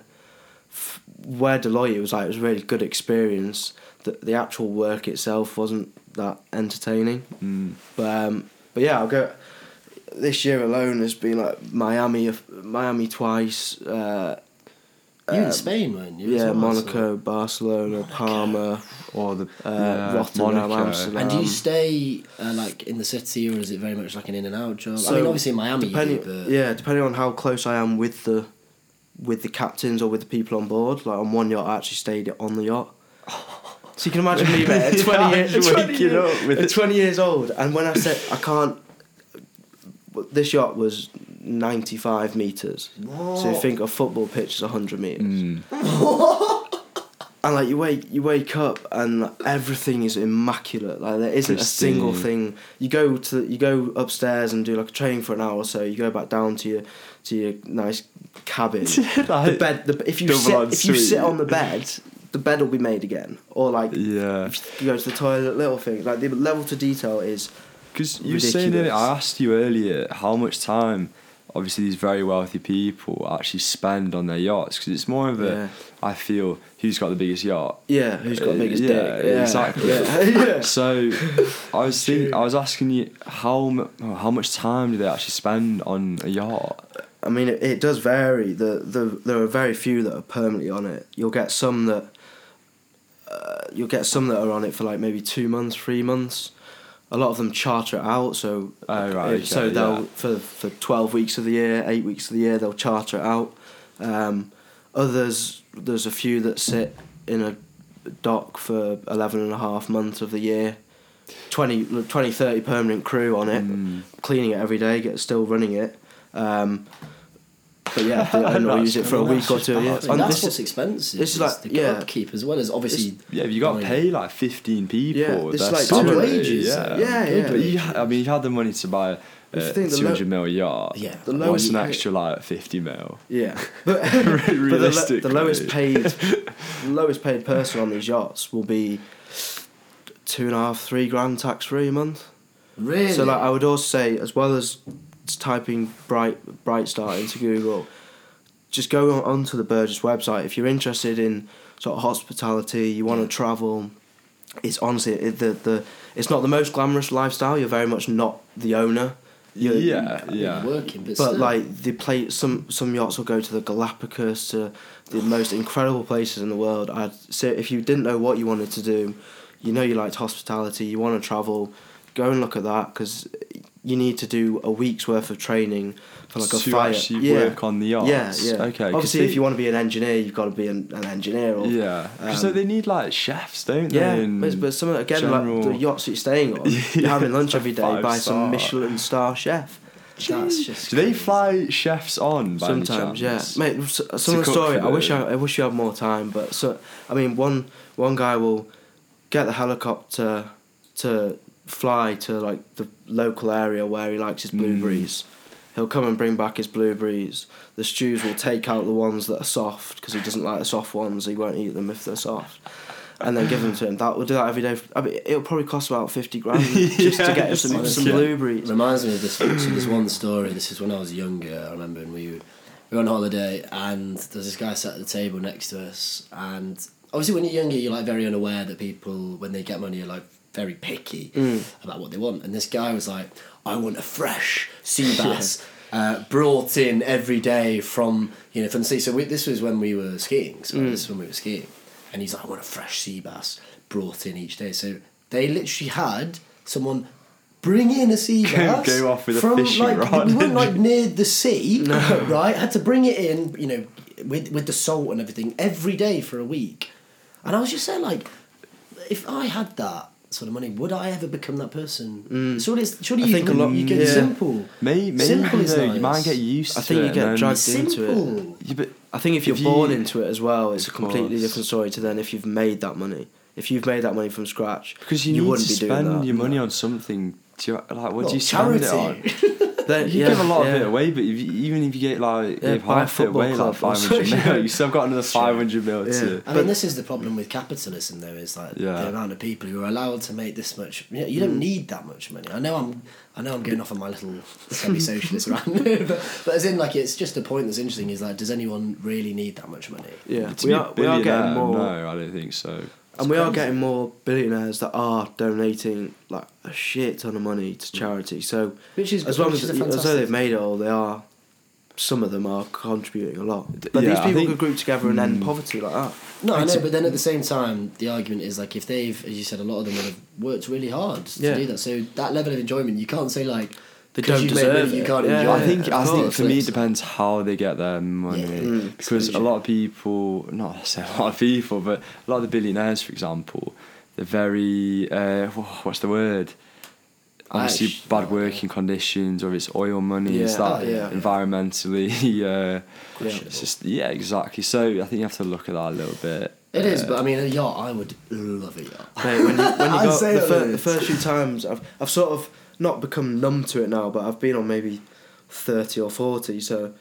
F- Where Deloitte it was like it was a really good experience. The the actual work itself wasn't that entertaining,
Mm.
but um, but yeah, I'll go. This year alone has been like Miami, Miami twice. Uh,
you were
um,
in Spain, weren't you? as
yeah,
well, so-
Monaco, Barcelona, Parma,
Or the
uh,
yeah,
Rotterdam,
Monaco.
Amsterdam.
And do you stay uh, like in the city, or is it very much like an in and out job?
So,
I mean, obviously in Miami, you do,
depending,
but
yeah, depending on how close I am with the with the captains or with the people on board. Like on one yacht, I actually stayed on the yacht. So you can imagine me, mate, at
Yeah,
twenty, years, at
just
20
waking
years-
up with
at
it.
20 years old, and when I said I can't, this yacht was ninety five meters. So you think a football pitch is hundred meters
Mm.
and like you wake you wake up and like, everything is immaculate like there isn't a single
Pristine.
thing you go to you go upstairs and do like a training for an hour or so you go back down to your to your nice cabin the
Like,
bed the, if you
Double
sit,
en
if you sit
suite.
on the bed the bed will be made again or like
yeah.
if you go to the toilet little thing like the level to detail is
Because you were saying it, I
Ridiculous.
asked you earlier how much time, obviously, these very wealthy people actually spend on their yachts. Because it's more of a, I
Yeah.
feel, who's got the biggest yacht.
yeah who's got the
Uh,
biggest
yeah,
dick yeah
exactly.
yeah, yeah.
So, I was think, I was asking you how mu- oh, how much time do they actually spend on a yacht?
I mean, it, it does vary. The, the there are very few that are permanently on it. You'll get some that uh, you'll get some that are on it for like maybe two months, three months. A lot of them charter it out, so
Oh, right,
if- so
okay,
they'll
yeah.
for for twelve weeks of the year, eight weeks of the year, they'll charter it out. Um, others, there's a few that sit in a dock for 11 and a half months of the year. 20, 20 30 permanent crew on it,
Mm.
cleaning it every day, get still running it. Um, but yeah, they- and they'll use it for a week or two.
I mean,
Yeah.
Oh, that's
And
what's
this is-
expensive.
this is like-
the
yeah.
upkeep as well as obviously.
Yeah, if you got to
Like,
pay like 15 people.
Yeah, it's
their
like
two
salary,
wages,
Yeah,
yeah, yeah.
But you, ha- I mean, you had the money to buy
If you
a
think the lo-
200 mil yacht.
Yeah.
The low
What's
you
an
pay-
extra like 50 mil?
yeah, but, but the, lo-
Realistically.
the lowest paid, the lowest paid person on these yachts will be two and a half, three grand tax free a month.
Really?
So like I would also say, as well as just typing bright bright star into Google, just go on, onto the Burgess website if you're interested in sort of hospitality. You want to travel. It's honestly it, the the it's not the most glamorous lifestyle. You're very much not the owner. You're,
yeah,
I mean,
yeah.
Working, but,
But
still.
like the play, some some yachts will go to the Galapagos to the most incredible places in the world. I'd say if you didn't know what you wanted to do, you know you liked hospitality, you want to travel, go and look at that because you need to do a week's worth of training for like a
to
fire.
actually
yeah.
work on the arts.
Yeah, yeah.
Okay. 'cause
Obviously,
they-
if you want to be an engineer, you've got to be an, an engineer. Or,
Yeah, because
Um,
they need like chefs, don't
Yeah,
they?
but, but some of the- again,
general-
like the yachts that you're staying on, you're having lunch every day
Five
by
star.
some Michelin star chef.
That's just
do they
crazy.
fly chefs on? By any
Sometimes, yeah,
chance?
mate. s- Some
To
of the
cook
story.
for
I wish
the-
I, I wish you had more time, but so I mean, one one guy will get the helicopter to fly to like the local area where he likes his
Mm.
blueberries. He'll come and bring back his blueberries. The stews will take out the ones that are soft because he doesn't like the soft ones. He won't eat them if they're soft, and then give them to him. That will do that every day. f- I mean, it'll probably cost about fifty grand just to get
Yes,
some some
honestly.
blueberries.
Reminds me of this. So there's one story. This is when I was younger. I remember, and we were, we were on holiday, and there's this guy sat at the table next to us. And obviously, when you're younger, you're like very unaware that people, when they get money, are like very picky about what they want. And this guy was like, "I want a fresh sea bass." Uh, brought in every day from you know from the sea. So we, this was when we were skiing. So this is when we were skiing, and he's like, "I want a fresh sea bass brought in each day." So they literally had someone bring in a sea
Came-
bass.
came off with a
from,
fishing
like,
rod,
We weren't
didn't
like near the sea, right? Had to bring it in, you know, with with the salt and everything every day for a week. And I was just saying, like, if I had that sort of money, would I ever become that person?
Mm.
Surely, it's, surely
I
you,
think a
can-
lot-
you get
yeah.
simple.
May- maybe
Simple is
though, you
nice.
might get used to
I think
it.
you get
and then-
dragged into it.
Simple.
Yeah, but
I think if you're
If
born
you-
into it as well, it's a
Of
completely
course.
different story to then if you've made that money. If you've made that money from scratch,
because you, need
wouldn't
to
be
spend
doing that.
your money on something. Do you, like what
Well,
do you spend
charity.
it on?
Then-
You
yeah,
give a lot
yeah.
of it away, but if you, even if you get like
Yeah,
give
buy a
half it
football
away, like
club or
five hundred
something.
mil, you still got another five hundred mil
Yeah.
to.
I mean, this is the problem with capitalism, though, is like
Yeah. Mm.
the amount of people who are allowed to make this much. You, know, you don't need that much money. I know I'm, I know I'm going off on my little semi-socialist rant, but, but as in, like, it's just a point that's interesting. Is like, does anyone really need that much money?
Yeah,
To
we
be a
are, we are
billionaire,
getting more,
No, I don't think so.
and we are
crazy.
getting more billionaires that are donating like a shit ton of money
Mm.
to charity. So
Which is
as long
which is
as,
a
as though
fantastic-
they've made it all, they are. Some of them are contributing a lot, but
yeah,
these
I
people
think- Mm.
could group together and end poverty like that.
No, I know, but then at the same time, the argument is like if they've, as you said, a lot of them would have worked really hard to
Yeah.
do that. So that level of enjoyment, you can't say like
They
'cause
don't
you made
deserve
money, You
it.
can't
Yeah,
enjoy.
I think
it.
I
Of
think
course,
for me it
it's-
depends how they get their money
Yeah.
Mm.
because a
Exposure.
lot of people not I say a lot of people but a lot of the billionaires for example they're very uh, wh- what's the word obviously
Ash.
bad working conditions or it's oil money it's
Oh, Yeah.
that
Oh, yeah.
environmentally uh,
Questionable.
it's just yeah exactly so I think you have to look at that a little bit
It is, but I mean, a yacht. I would love a yacht.
Mate, when you, when you
I'd
go,
say
the,
that
fir-
is.
the first few times, I've, I've sort of not become numb to it now, but I've been on maybe 30 or 40, so.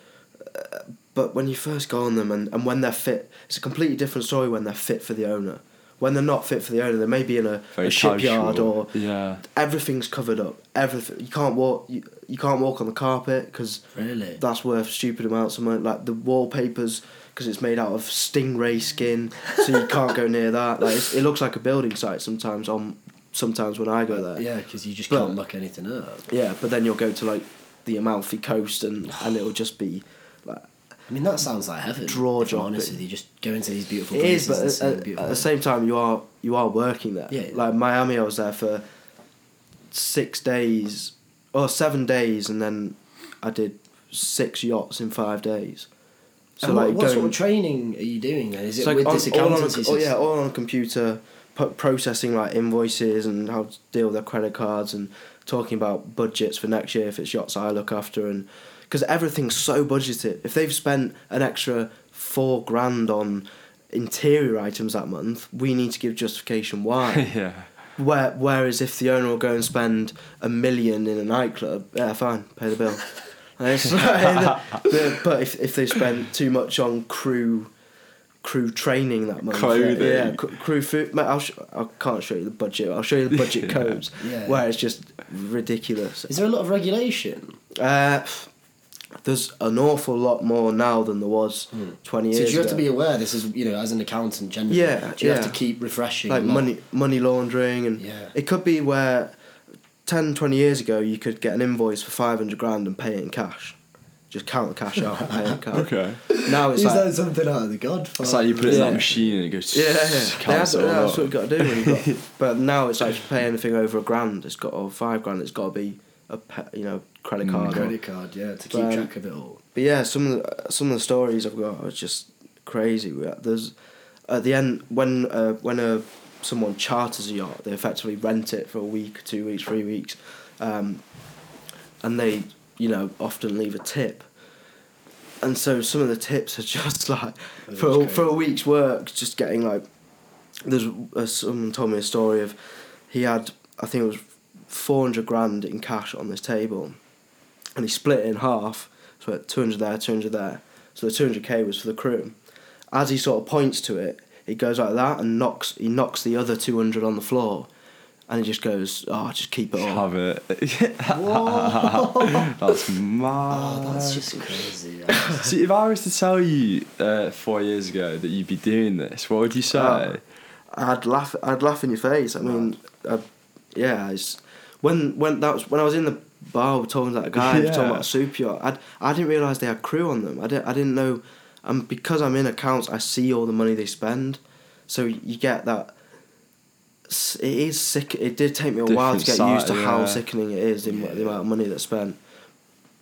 Uh, but when you first go on them and, and when they're fit, it's a completely different story when they're fit for the owner. When they're not fit for the owner, they may be in a,
Very
a shipyard
casual.
or
yeah
everything's covered up. Everything you can't walk, you, you can't walk on the carpet because
Really?
that's worth stupid amounts of money. Like the wallpapers, because it's made out of stingray skin, so you can't go near that. Like it's, it looks like a building site sometimes. On sometimes when I go there,
Yeah, because you just
But-
can't muck anything up.
yeah. But then you'll go to like the Amalfi Coast, and and it'll just be like
I mean, that sounds like heaven.
Draw
if I'm honest
dropping.
with you, just go into these beautiful
it is.
places
But uh,
and
at,
see
at,
beautiful.
at the same time, you are you are working there.
Yeah.
Like Miami, I was there for six days or seven days, and then I did six yachts in five days.
And what, what sort
going-
of training are you doing then? Is it
So
with
on-
this
all on a,
accountancy
oh,
system?
yeah, all on a computer, p- processing like invoices and how to deal with their credit cards and talking about budgets for next year if it's yachts I look after and because everything's so budgeted. If they've spent an extra four grand on interior items that month, we need to give justification why.
yeah
Where, whereas if the owner will go and spend a million in a nightclub, yeah, fine, pay the bill. And it's like- the- but if, if they spend too much on crew crew training that month,
Clothing.
yeah, yeah, cr- crew food. Mate, I'll sh- I can't show you the budget. I'll show you the budget
Yeah.
codes
Yeah.
where it's just ridiculous.
Is there a lot of regulation?
Uh, there's an awful lot more now than there was twenty
Hmm. So
years.
do you have to
ago.
be aware? This is you know, as an accountant generally.
Yeah,
Do you have
yeah.
to keep refreshing?
like
a lot?
money money laundering and
Yeah.
it could be where 10 20 years ago you could get an invoice for 500 grand and pay it in cash just count the cash out. and pay the card.
Okay.
Now Oh, it's
He's
like
like something out of the Godfather.
It's like you put it in
Yeah.
that machine and it goes.
Yeah, yeah,
counts
that's,
it all
that's
up.
what you've got to do. When you've got, but now it's like if you pay anything over a grand, it's got or five grand, it's got to be a pe- you know credit
Mm.
card. or-
credit card, yeah, to keep
Um,
track of it all.
but yeah, some of the, some of the stories I've got are just crazy. We- There's at the end when uh, when a someone charters a yacht, they effectively rent it for a week, two weeks, three weeks, um, and they you know often leave a tip. And so some of the tips are just like
That is
for
crazy.
for a week's work, just getting like. There's uh, someone told me a story of he had I think it was four hundred grand in cash on this table, and he split it in half. So two hundred there, two hundred there. So the two hundred k was for the crew. As he sort of points to it, he goes like that and knocks. He knocks the other two hundred on the floor, and he just goes, "Oh, just keep it all."
Have it. Oh, that's mad.
Oh, that's just crazy. yeah.
See, if I was to tell you uh, four years ago that you'd be doing this, what would you say?
Oh. I'd laugh. I'd laugh in your face. I mean, I, yeah. It's, when when that was when I was in the bar talking to that guy
Yeah.
talking about super yacht. I I didn't realize they had crew on them. I didn't I didn't know, and because I'm in accounts, I see all the money they spend, so you get that. s- It is sick. It did take me a while to get
Different
used to
side,
how
yeah.
sickening it is the, am- the
Yeah.
amount of money that's spent.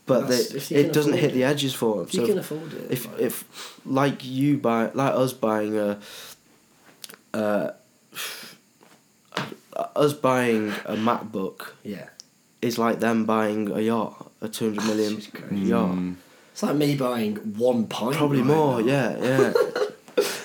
But
That's- if
they,
you can
it doesn't
afford
hit the
it.
edges for them.
if you
so
can afford it,
if
like-
if like you buy like us buying a uh, us buying a MacBook
yeah,
is like them buying a yacht, a two hundred million
That's just crazy.
yacht,
it's like me buying one pint.
probably
right
more.
now.
Yeah, yeah.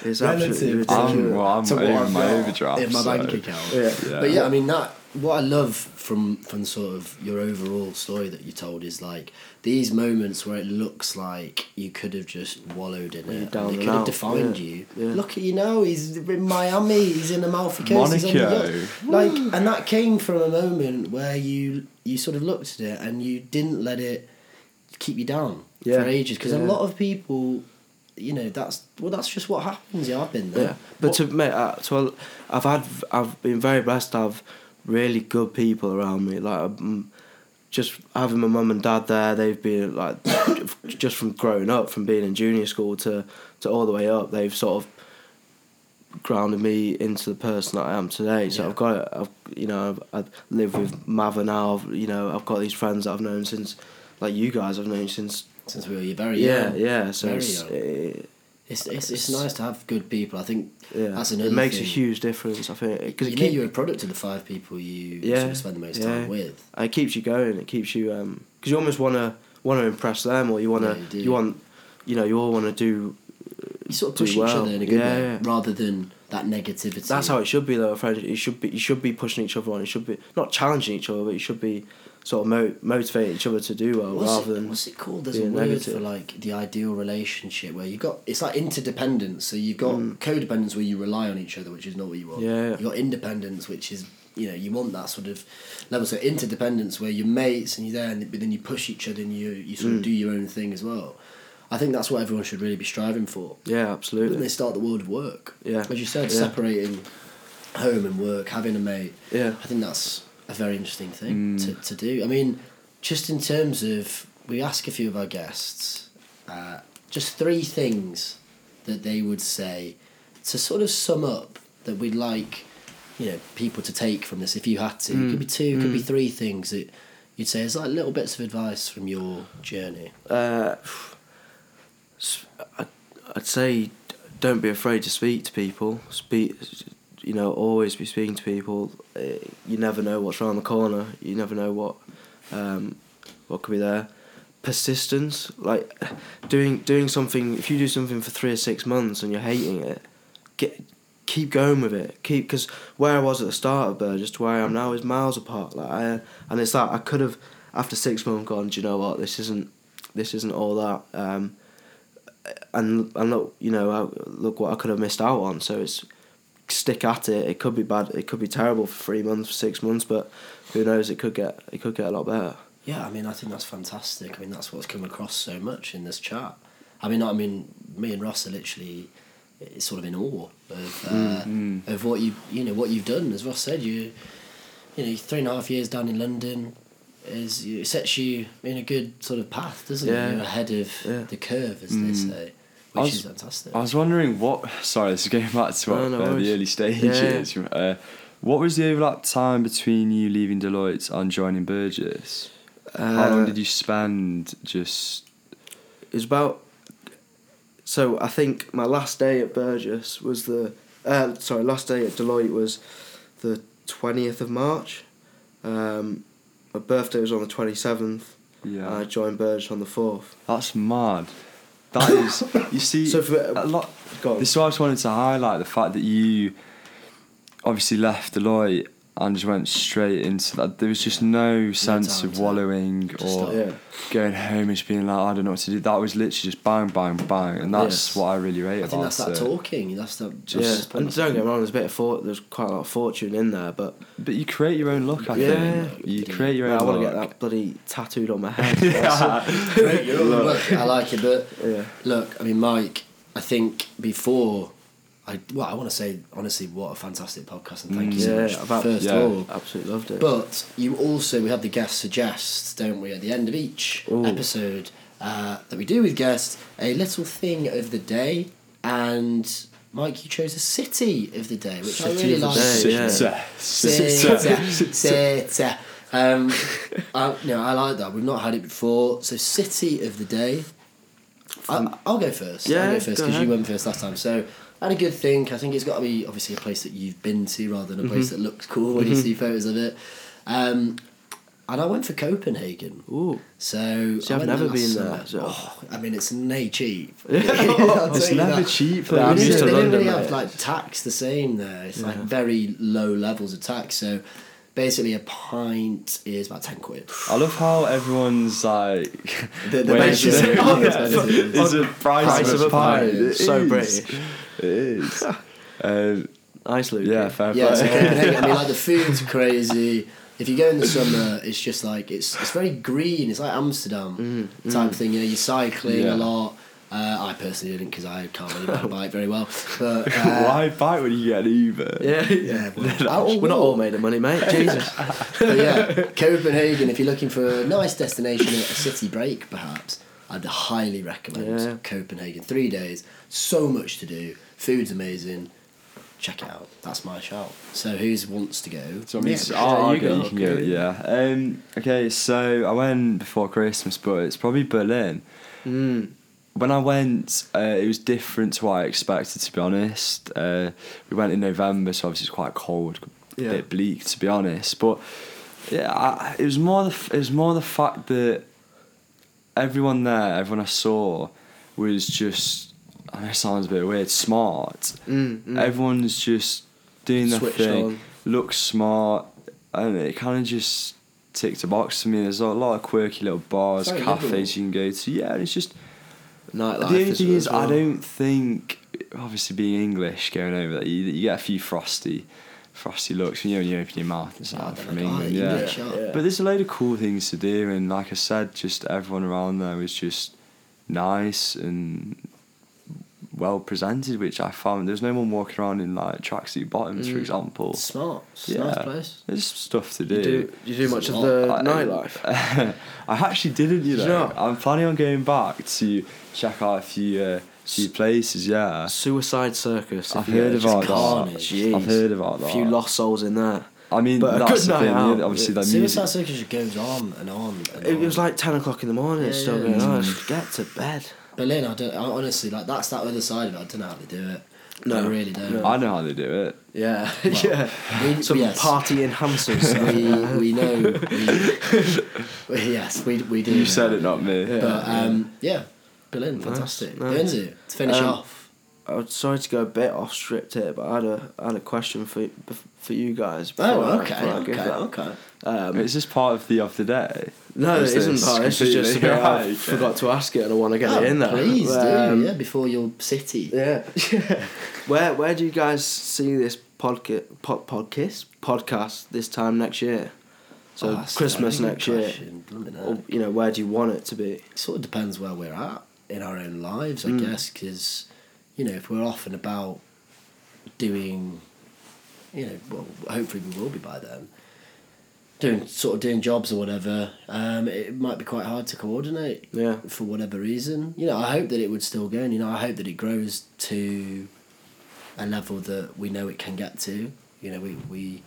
It's absolutely
relative
I'm-
ridiculous.
well, I'm
to what
over
I've
my
got
overdraft,
in my
so-
bank account.
Yeah.
Yeah.
But yeah, I mean that. What I love from from sort of your overall story that you told is like these moments where it looks like you could have just wallowed in
When you're
it.
down
and
and
it could have
out,
defined
yeah,
you.
yeah.
Look at you now. He's in Miami. He's in Amalfi Coast. He's on the
Monaco.
yacht. Like, and that came from a moment where you you sort of looked at it and you didn't let it keep you down
Yeah.
for ages because
Yeah.
a lot of people you know that's well that's just what happens yeah i've been there
Yeah, but to mate, uh, to I've had I've been very blessed to have really good people around me. Like um, just having my mum and dad there, they've been like just from growing up, from being in junior school to to all the way up, they've sort of grounded me into the person that I am today. So
Yeah.
I've got I've you know I've, I've lived with Mava now. I've, you know I've got these friends that I've known since like you guys I've known since
since we were very
yeah
young
yeah, so
Very
it's,
young.
it,
It's, it's, it's nice to have good people. I think
yeah
that's another
it makes
thing.
a huge difference I think because
You
it
know,
keep-
you're a product of the five people you
Yeah,
sort of spend the most
yeah.
time with.
And it keeps you going. It keeps you because you almost wanna wanna impress them, or you wanna
Yeah, you do.
you, want you know you all wanna do.
You sort of
Do
push each
well.
other in a good
Yeah,
way,
yeah.
rather than that negativity.
That's how it should be though, friends. You should be you should be pushing each other on. You should be not challenging each other, but you should be sort of mo- motivating each other to do well
What's
rather
it,
than
what's it called? There's a
being
word
negative.
for like the ideal relationship where you've got it's like interdependence. So you've got
Mm.
codependence where you rely on each other, which is not what you want.
Yeah, yeah.
You've got independence, which is you know you want that sort of level. So interdependence where you're mates and you're there, and, but then you push each other and you you sort
Mm.
of do your own thing as well. I think that's what everyone should really be striving for.
yeah,
But then they
absolutely,
start the world of work.
Yeah.
As you said,
Yeah.
separating home and work, having a mate.
yeah. Mm.
I think that's a very interesting thing to, to do. I mean, just in terms of, we ask a few of our guests uh, just three things that they would say to sort of sum up that we'd like, you know, people to take from this if you had to. It could be
Mm.
two, it could be three things that you'd say is like little bits of advice from your journey.
Uh, s- I- I'd say don't be afraid to speak to people. Speak, you know, always be speaking to people. Eh, You never know what's around the corner. You never know what, um, what could be there. Persistence, like doing doing something. If you do something for three or six months and you're hating it, get keep going with it. Keep because where I was at the start of Burgess to where I am now is miles apart. Like I, and it's like I could have after six months gone. Do you know what? This isn't this isn't all that. Um, and and look, you know, I- look what I could have missed out on. So it's stick at it. It could be bad. It could be terrible for three months, for six months, but who knows? It could get it could get a lot better.
Yeah, I mean, I think that's fantastic. I mean, that's what's come across so much in this chat. I mean, I mean, me and Ross are literally eh, sort of in awe of uh,
Mm-hmm.
of what you you know what you've done. As Ross said, you you know, three and a half years down in London, is it sets you in a good sort of path, doesn't
Yeah.
it? You're ahead of
Yeah. Mm.
the curve, as they say,
I
which
was-
is fantastic.
I was wondering what. Sorry, this is going back to
No,
what,
no
uh,
worries.
the early stages. Uh, what was the overlap time between you leaving Deloitte and joining Burgess? How long
Uh,
did you spend just?
It was about. So I think my last day at Burgess was the. Uh, sorry, last day at Deloitte was the 20th of March. Um, my birthday was on the 27th. And I
Yeah,
joined Burgess on the 4th.
that's mad. That is. You see,
So for-
a lot.
Go on.
This is why I just wanted to highlight the fact that you obviously left Deloitte and just went straight into that. There was just no sense
time
of
to
wallowing
just
or
yeah.
going home and just being like, I don't know what to do. That was literally just bang, bang, bang, and that's
Yes.
what I really
I
rate about
think that's that
it.
talking. That's that. Just
uh, yeah, and don't get me wrong. There's a bit of fort. There's quite a lot of fortune in there, but
But you create your own look, I
Yeah.
think. You create your
yeah,
own
I want to
look.
get that bloody tattooed on my head.
Look, I like it, but
Yeah.
look, I mean, Mike, I think before. I, well, I want to say honestly, what a fantastic podcast, and thank you so
Mm. Yeah,
much
about-
first
yeah.
of all.
Absolutely loved it.
But you also, we have the guest suggest, don't we, at the end of each
Ooh.
episode uh, that we do with guests, a little thing of the day. And Mike, you chose a city of the day, which I
City
really
of the
like.
day, yeah.
City, city. Um, I, no, I like that. We've not had it before. So, city of the day. I, I'll go first. I'll
Yeah,
go first
go
because you
ahead.
went first last time. So, I had a good think. I think it's got to be obviously a place that you've been to rather than a place that
Mm-hmm.
looks cool when you see photos of it. Um, and I went for Copenhagen.
Ooh,
So,
See,
I
I've
went
never
last
been
summer.
there, so-
Oh, I mean, it's nay cheap.
It's never cheap. though.
Yeah,
I'm
we
used
did
to
it
they
London.
don't really
mate.
have like tax the same there. It's like very low levels of tax. So basically, a pint is about ten quid.
I love how everyone's like.
The- the
wait,
bench is-
is it-
Oh, yeah.
It's a price, of a pint. It
So
is.
British.
It is. Um,
nice, Luke.
yeah, fair
Yeah, so
play.
Copenhagen, I mean, like the food's crazy. If you go in the summer, it's just like it's it's very green. It's like Amsterdam type thing. You know, you're cycling
Mm, Yeah.
a lot. Uh, I personally didn't because I can't really ride a bike very well. But uh,
Why bite when you get an Uber?
Yeah,
Yeah, well,
We're
I'll-
not all made of money, mate. Jesus.
But yeah, Copenhagen, if you're looking for a nice destination, a city break perhaps, I'd highly recommend
Yeah.
Copenhagen. Three days, so much to do, food's amazing. Check it out. That's my shout. So who wants to go?
So I mean,
Yeah.
it's-
Yeah,
oh,
you
okay,
go.
you can go,
Okay.
yeah. Um, okay, so I went before Christmas, but it's probably Berlin.
Mm.
When I went, uh, it was different to what I expected, to be honest. Uh, we went in November, so obviously it's quite cold, a
Yeah.
bit bleak, to be honest. But yeah, I, it was more the f- it was more the fact that everyone there, everyone I saw, was just. I know it sounds a bit weird. Smart.
Mm, mm.
Everyone's just doing their
Switched
thing
on.
looks smart, and it kind of just ticked a box to me. There's a lot of quirky little bars,
Very
cafes you can go to. Yeah, and it's just
Nightlife.
the only
as
thing is I
well.
don't think, obviously being English, going over there, you, you get a few frosty, frosty looks. You know, when you open your mouth, it's like
Oh,
"I'm
they're
from
like,
England,
"Oh,
yeah.
English, oh."
Yeah.
But there's a load of cool things to do, and like I said, just everyone around there was just nice and well presented, which I found. There's no one walking around in like tracksuit bottoms, for
Mm.
example.
Smart. It's a
Yeah.
nice place.
There's stuff to do.
You do, you do much of
Well,
the
I-
nightlife.
I actually didn't, you
Did
know.
you not?
I'm planning on going back to check out a few uh, few places. Yeah,
Suicide Circus. if
I've
you go,
heard
it's
about
just
that.
carnage, jeez.
I've heard about
A
that.
few lost souls in there.
I mean,
But a
that's
good
the
night
thing.
out.
yeah, Obviously, the music.
Suicide Circus just goes on and on. And
It, it
on.
was like 10 o'clock in the morning. it's
Yeah,
still
yeah.
going on.
Mm.
Just Get to bed.
Berlin. I don't. I honestly like that's that other side of it. I don't know how they do it.
No.
I really don't.
I know how they do it.
Yeah.
Well,
yeah.
we-
Some
yes.
party enhancers.
we, we know. We, yes, we, we do.
You
know.
said it, not me.
But um, yeah, Berlin, fantastic.
nice.
Guernsey, to finish
Um,
off.
I'm sorry to go a bit off script here, but I had a, I had a question for for you guys. before
Oh,
I-
okay,
before I
okay,
give that.
okay.
Um,
Is this part of the of the day?
No,
Or
it isn't part. This is just a
completely-
bit I
Right.
forgot to ask it and I want to get
Oh,
it in there.
Please
Um,
do, yeah, before your city. Oh,
yeah. where where do you guys see this podca- pod, podcast podcast this time next year? So
Oh, that's a
Christmas
very good
next year.
question, blimmin' hell.
Or, you know, where do you want it to be?
It sort of depends where we're at in our own lives, I
Mm.
guess, because, you know, if we're off and about doing, you know, well, hopefully we will be by then. doing sort of doing jobs or whatever, um, it might be quite hard to coordinate
Yeah.
for whatever reason. You know, I hope that it would still go, and you know, I hope that it grows to a level that we know it can get to. You know, we we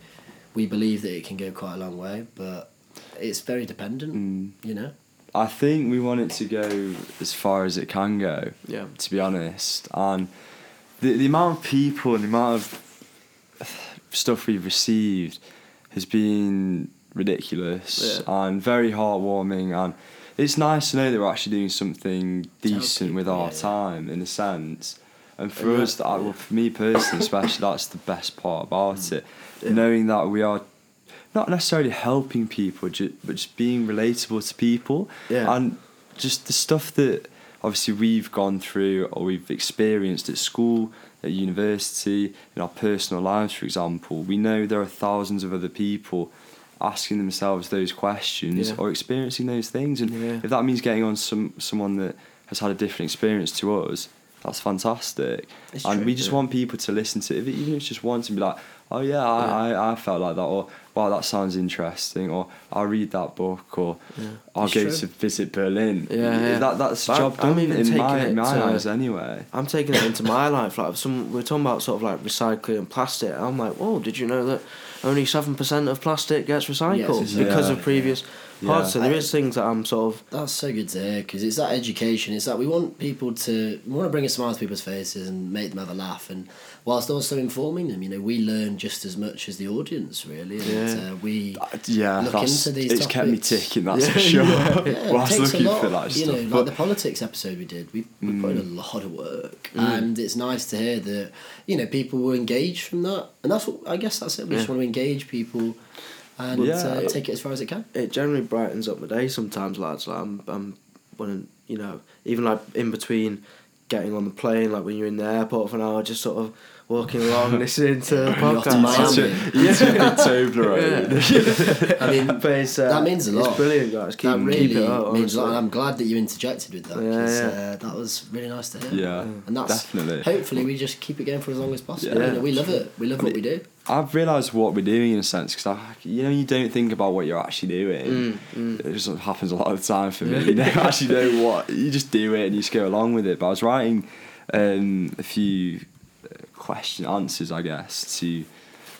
we believe that it can go quite a long way, but it's very dependent. You know,
I think we want it to go as far as it can go.
Yeah.
To be honest, and the the amount of people and the amount of stuff we've received has been ridiculous and very heartwarming and it's nice to know that we're actually doing something decent with
people,
our
yeah.
time in a sense. And for
And
us, that, well, for me personally, especially, that's the best part about it.
Yeah.
Knowing that we are not necessarily helping people, ju- but just being relatable to people.
Yeah.
And just the stuff that obviously we've gone through or we've experienced at school, at university, in our personal lives, for example, we know there are thousands of other people asking themselves those questions
Yeah.
or experiencing those things. And
Yeah.
if that means getting on some someone that has had a different experience to us, that's fantastic.
It's
and
true,
we just
yeah.
want people to listen to it, even if it's just once and be like, oh yeah, I, I, I felt like that, or wow, that sounds interesting, or I'll read that book, or I'll
It's
go
true.
to visit Berlin.
Yeah, yeah.
That, that's
But
job
I'm
done
even
in
taking
my,
it
my
to-
eyes anyway.
I'm taking it into my life. Like some, we're talking about sort of like recycling and plastic. I'm like, whoa, did you know that only seven percent of plastic gets recycled
exactly.
because
Yeah.
of previous
Yeah.
parts? So there
I-
is things that I'm sort of
That's so good to hear because it's that education. It's that we want people to we want to bring a smile to people's faces and make them have a laugh, and whilst also informing them, you know, we learn just as much as the audience, really. And
Yeah.
uh, we
Uh, Yeah,
Look
that's,
into these
it's kept me
topics.
ticking, that's
Yeah,
for sure.
yeah, it
Whilst
takes
looking
a lot,
for that
you
stuff.
know,
but Mm.
like the politics episode we did, we, we put in a lot of work, and it's nice to hear that you know people were engaged from that, and that's what I guess that's it. We just
Yeah.
want to engage people and
Yeah.
uh, take it as far as it can.
it generally brightens up my day sometimes, lads. Like I'm, I'm when you know, even like in between getting on the plane, like when you're in the airport for an hour, just sort of walking along, listening to the
You're off to Miami.
podcast.
yeah, Toblerone.
I mean,
But it's, uh,
That means a lot.
It's brilliant, guys. Keep,
that really
keep it up.
means a lot,
honestly.
and I'm glad that you interjected with that. 'cause,
Yeah,
Uh, that was really nice to hear.
Yeah,
and that's
definitely.
Hopefully, we just keep it going for as long as possible.
Yeah.
You know, we love it. We love what we do.
I've realised what we're doing in a sense because you know you don't think about what you're actually doing. It just sort of happens a lot of the time for me. You don't actually know what you just do it and you just go along with it. But I was writing um, a few uh, question answers, I guess, to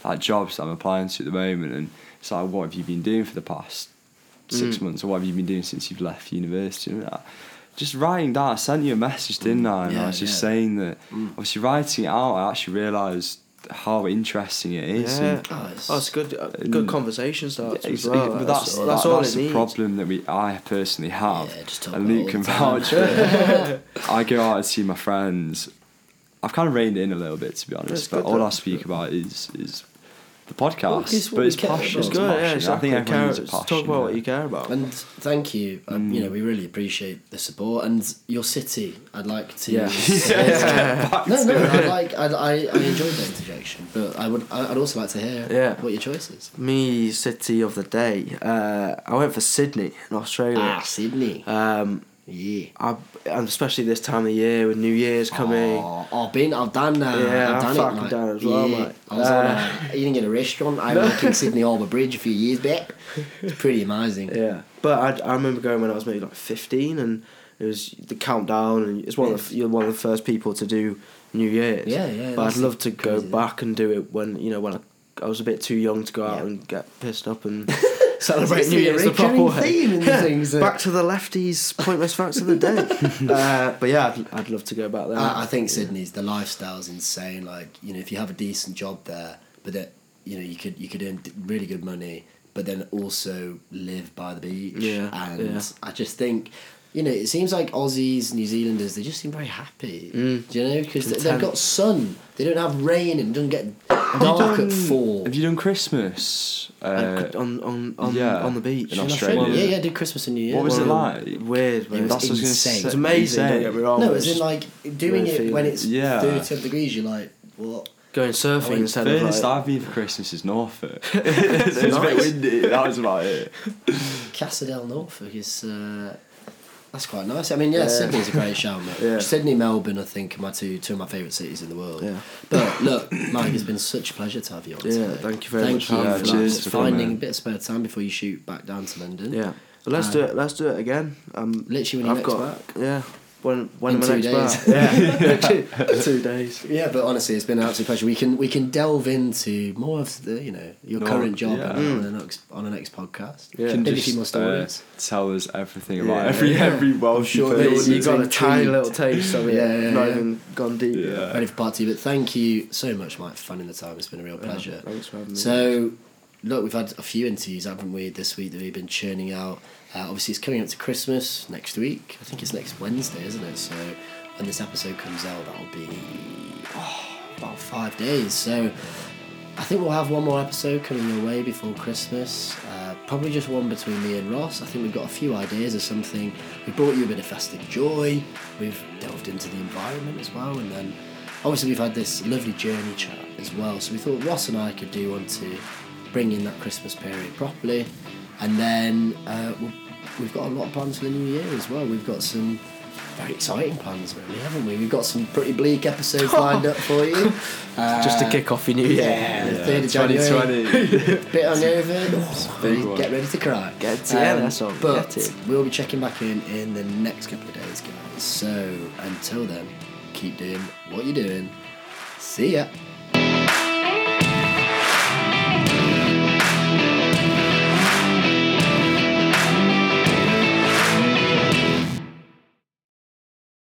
like jobs that I'm applying to at the moment, and it's like, what have you been doing for the past six months, or what have you been doing since you've left university? And that. Just writing that, I sent you a message, didn't I? And
Yeah,
I was just
yeah.
saying that
Mm.
obviously writing it out, I actually realised how interesting it is.
Yeah.
And
Oh, it's-
Oh, it's good. Uh,
Mm.
good conversation starts.
yeah,
as
ex-
well.
but
Like,
that's,
that's,
that-
that's all
that's
it
the
needs.
problem that we I personally have.
Yeah, just talk
and
about
Luke
all
can
the time.
vouch for it. I go out and see my friends. I've kind of reined it in a little bit, to be honest.
That's
but
good,
all I
that's
speak
good.
about is is the
Well, 'cause
podcast.
what
but
we
it's
care
passion.
about.
It's good. Yeah,
passion. I
exactly.
think everyone
Care-
needs a passion.
talk about what
yeah.
you care about.
And thank you. Um,
Mm.
You know, we really appreciate the support and your city. I'd like to.
Yeah.
No, no, I like. I, I, I enjoyed the interjection, but I would. I'd also like to hear
Yeah.
what your choice is.
Me city of the day. Uh, I went for Sydney in Australia.
Ah, Sydney.
Um,
yeah.
I, and especially this time of year with New Year's coming.
Oh, I've been, I've done that.
Yeah,
I've done
I'm
it,
fucking
mate.
done it as well, mate. Uh,
I was on a eating in a restaurant I was in Sydney Harbour Bridge a few years back. It's pretty amazing.
Yeah, but I, I remember going when I was maybe like fifteen, and it was the countdown, and it's one of the, you're one of the first people to do New Year's.
Yeah, yeah,
But
that's
I'd love to go
crazy.
back and do it when you know when I, I was a bit too young to go out
Yeah.
and get pissed up and
It's
celebrate New
the
Year's the proper
recurring theme
way.
in the things that-
back to the lefties pointless facts of the day. uh, but yeah, I'd, I'd love to go back there.
I, I think Sydney's the lifestyle's insane. Like you know, if you have a decent job there, but that you know you could you could earn d- really good money, but then also live by the beach.
Yeah,
and
yeah.
I just think. You know, it seems like Aussies, New Zealanders, they just seem very happy.
Mm.
Do you know? Because they've
Content.
got sun. They don't have rain and it doesn't get dark at four.
Have you done Christmas? Uh,
And on on on,
yeah,
on the beach
in
In
Australia.
Yeah, yeah, I did Christmas and New Year. Um,
What
Well,
was it
Well,
like?
Weird,
It
man.
was
That's what I was gonna
insane.
say.
it's amazing.
Insane.
Don't get me wrong.
no,
but
as
it's
in
just
like doing
weird
it
feeling.
when it's
Yeah.
37 degrees, you're like, what?
going surfing
went
instead of
Furthest
like,
I've been for Christmas is Norfolk. it's a bit windy. That was about it.
Casa del Norfolk is uh, That's quite nice. I mean, yeah,
Yeah.
Sydney's a great shout, mate.
Yeah.
Sydney, Melbourne, I think, are my two two of my favourite cities in the world.
Yeah.
But look, Mike, it's been such a pleasure to have you on.
Yeah,
today.
thank you very
thank
much
You
for
for
having me.
that.
Cheers for coming.
finding a bit of spare time before you shoot back down to London.
Yeah. But let's
Um,
do it. Let's do it again. Um,
Literally when you're next back.
Yeah. When when
In
am I
two
next back? Yeah. two days.
Yeah, but honestly, it's been an absolute pleasure. We can we can delve into more of the you know your
No,
current job
yeah.
on, the next on the next podcast.
Yeah.
Can
Maybe a
just,
few more stories.
uh, tell us everything about
Yeah.
every every wealthy
sure
person.
they
But you
it's
got a
intrigued.
tiny little taste of it.
Yeah, yeah,
Not
yeah.
even gone deep.
Yeah.
yet.
Ready for part two, but thank you so much, Mike, for finding the time. It's been a real pleasure.
Thanks for having me.
So, look, we've had a few interviews, haven't we, this week that we've been churning out. Uh, obviously, it's coming up to Christmas next week. I think it's next Wednesday, isn't it? So, when this episode comes out, that'll be oh, about five days. So, I think we'll have one more episode coming your way before Christmas. Uh, probably just one between me and Ross. I think we've got a few ideas of something. We brought you a bit of festive joy. We've delved into the environment as well, and then obviously we've had this lovely journey chat as well. So we thought Ross and I could do one to bring in that Christmas period properly, and then uh, we'll, we've got a lot of plans for the new year as well. We've got some. Very exciting plans, really, haven't we? We've got some pretty bleak episodes lined up for you.
Just to
Uh,
kick off your new year.
yeah, the third of January.
2020.
Bit hungover. Oh,
big
you
one.
get ready to cry. Um,
Get it, yeah, that's all,
But
get it.
we'll be checking back in in the next couple of days, guys. So until then, keep doing what you're doing. See ya.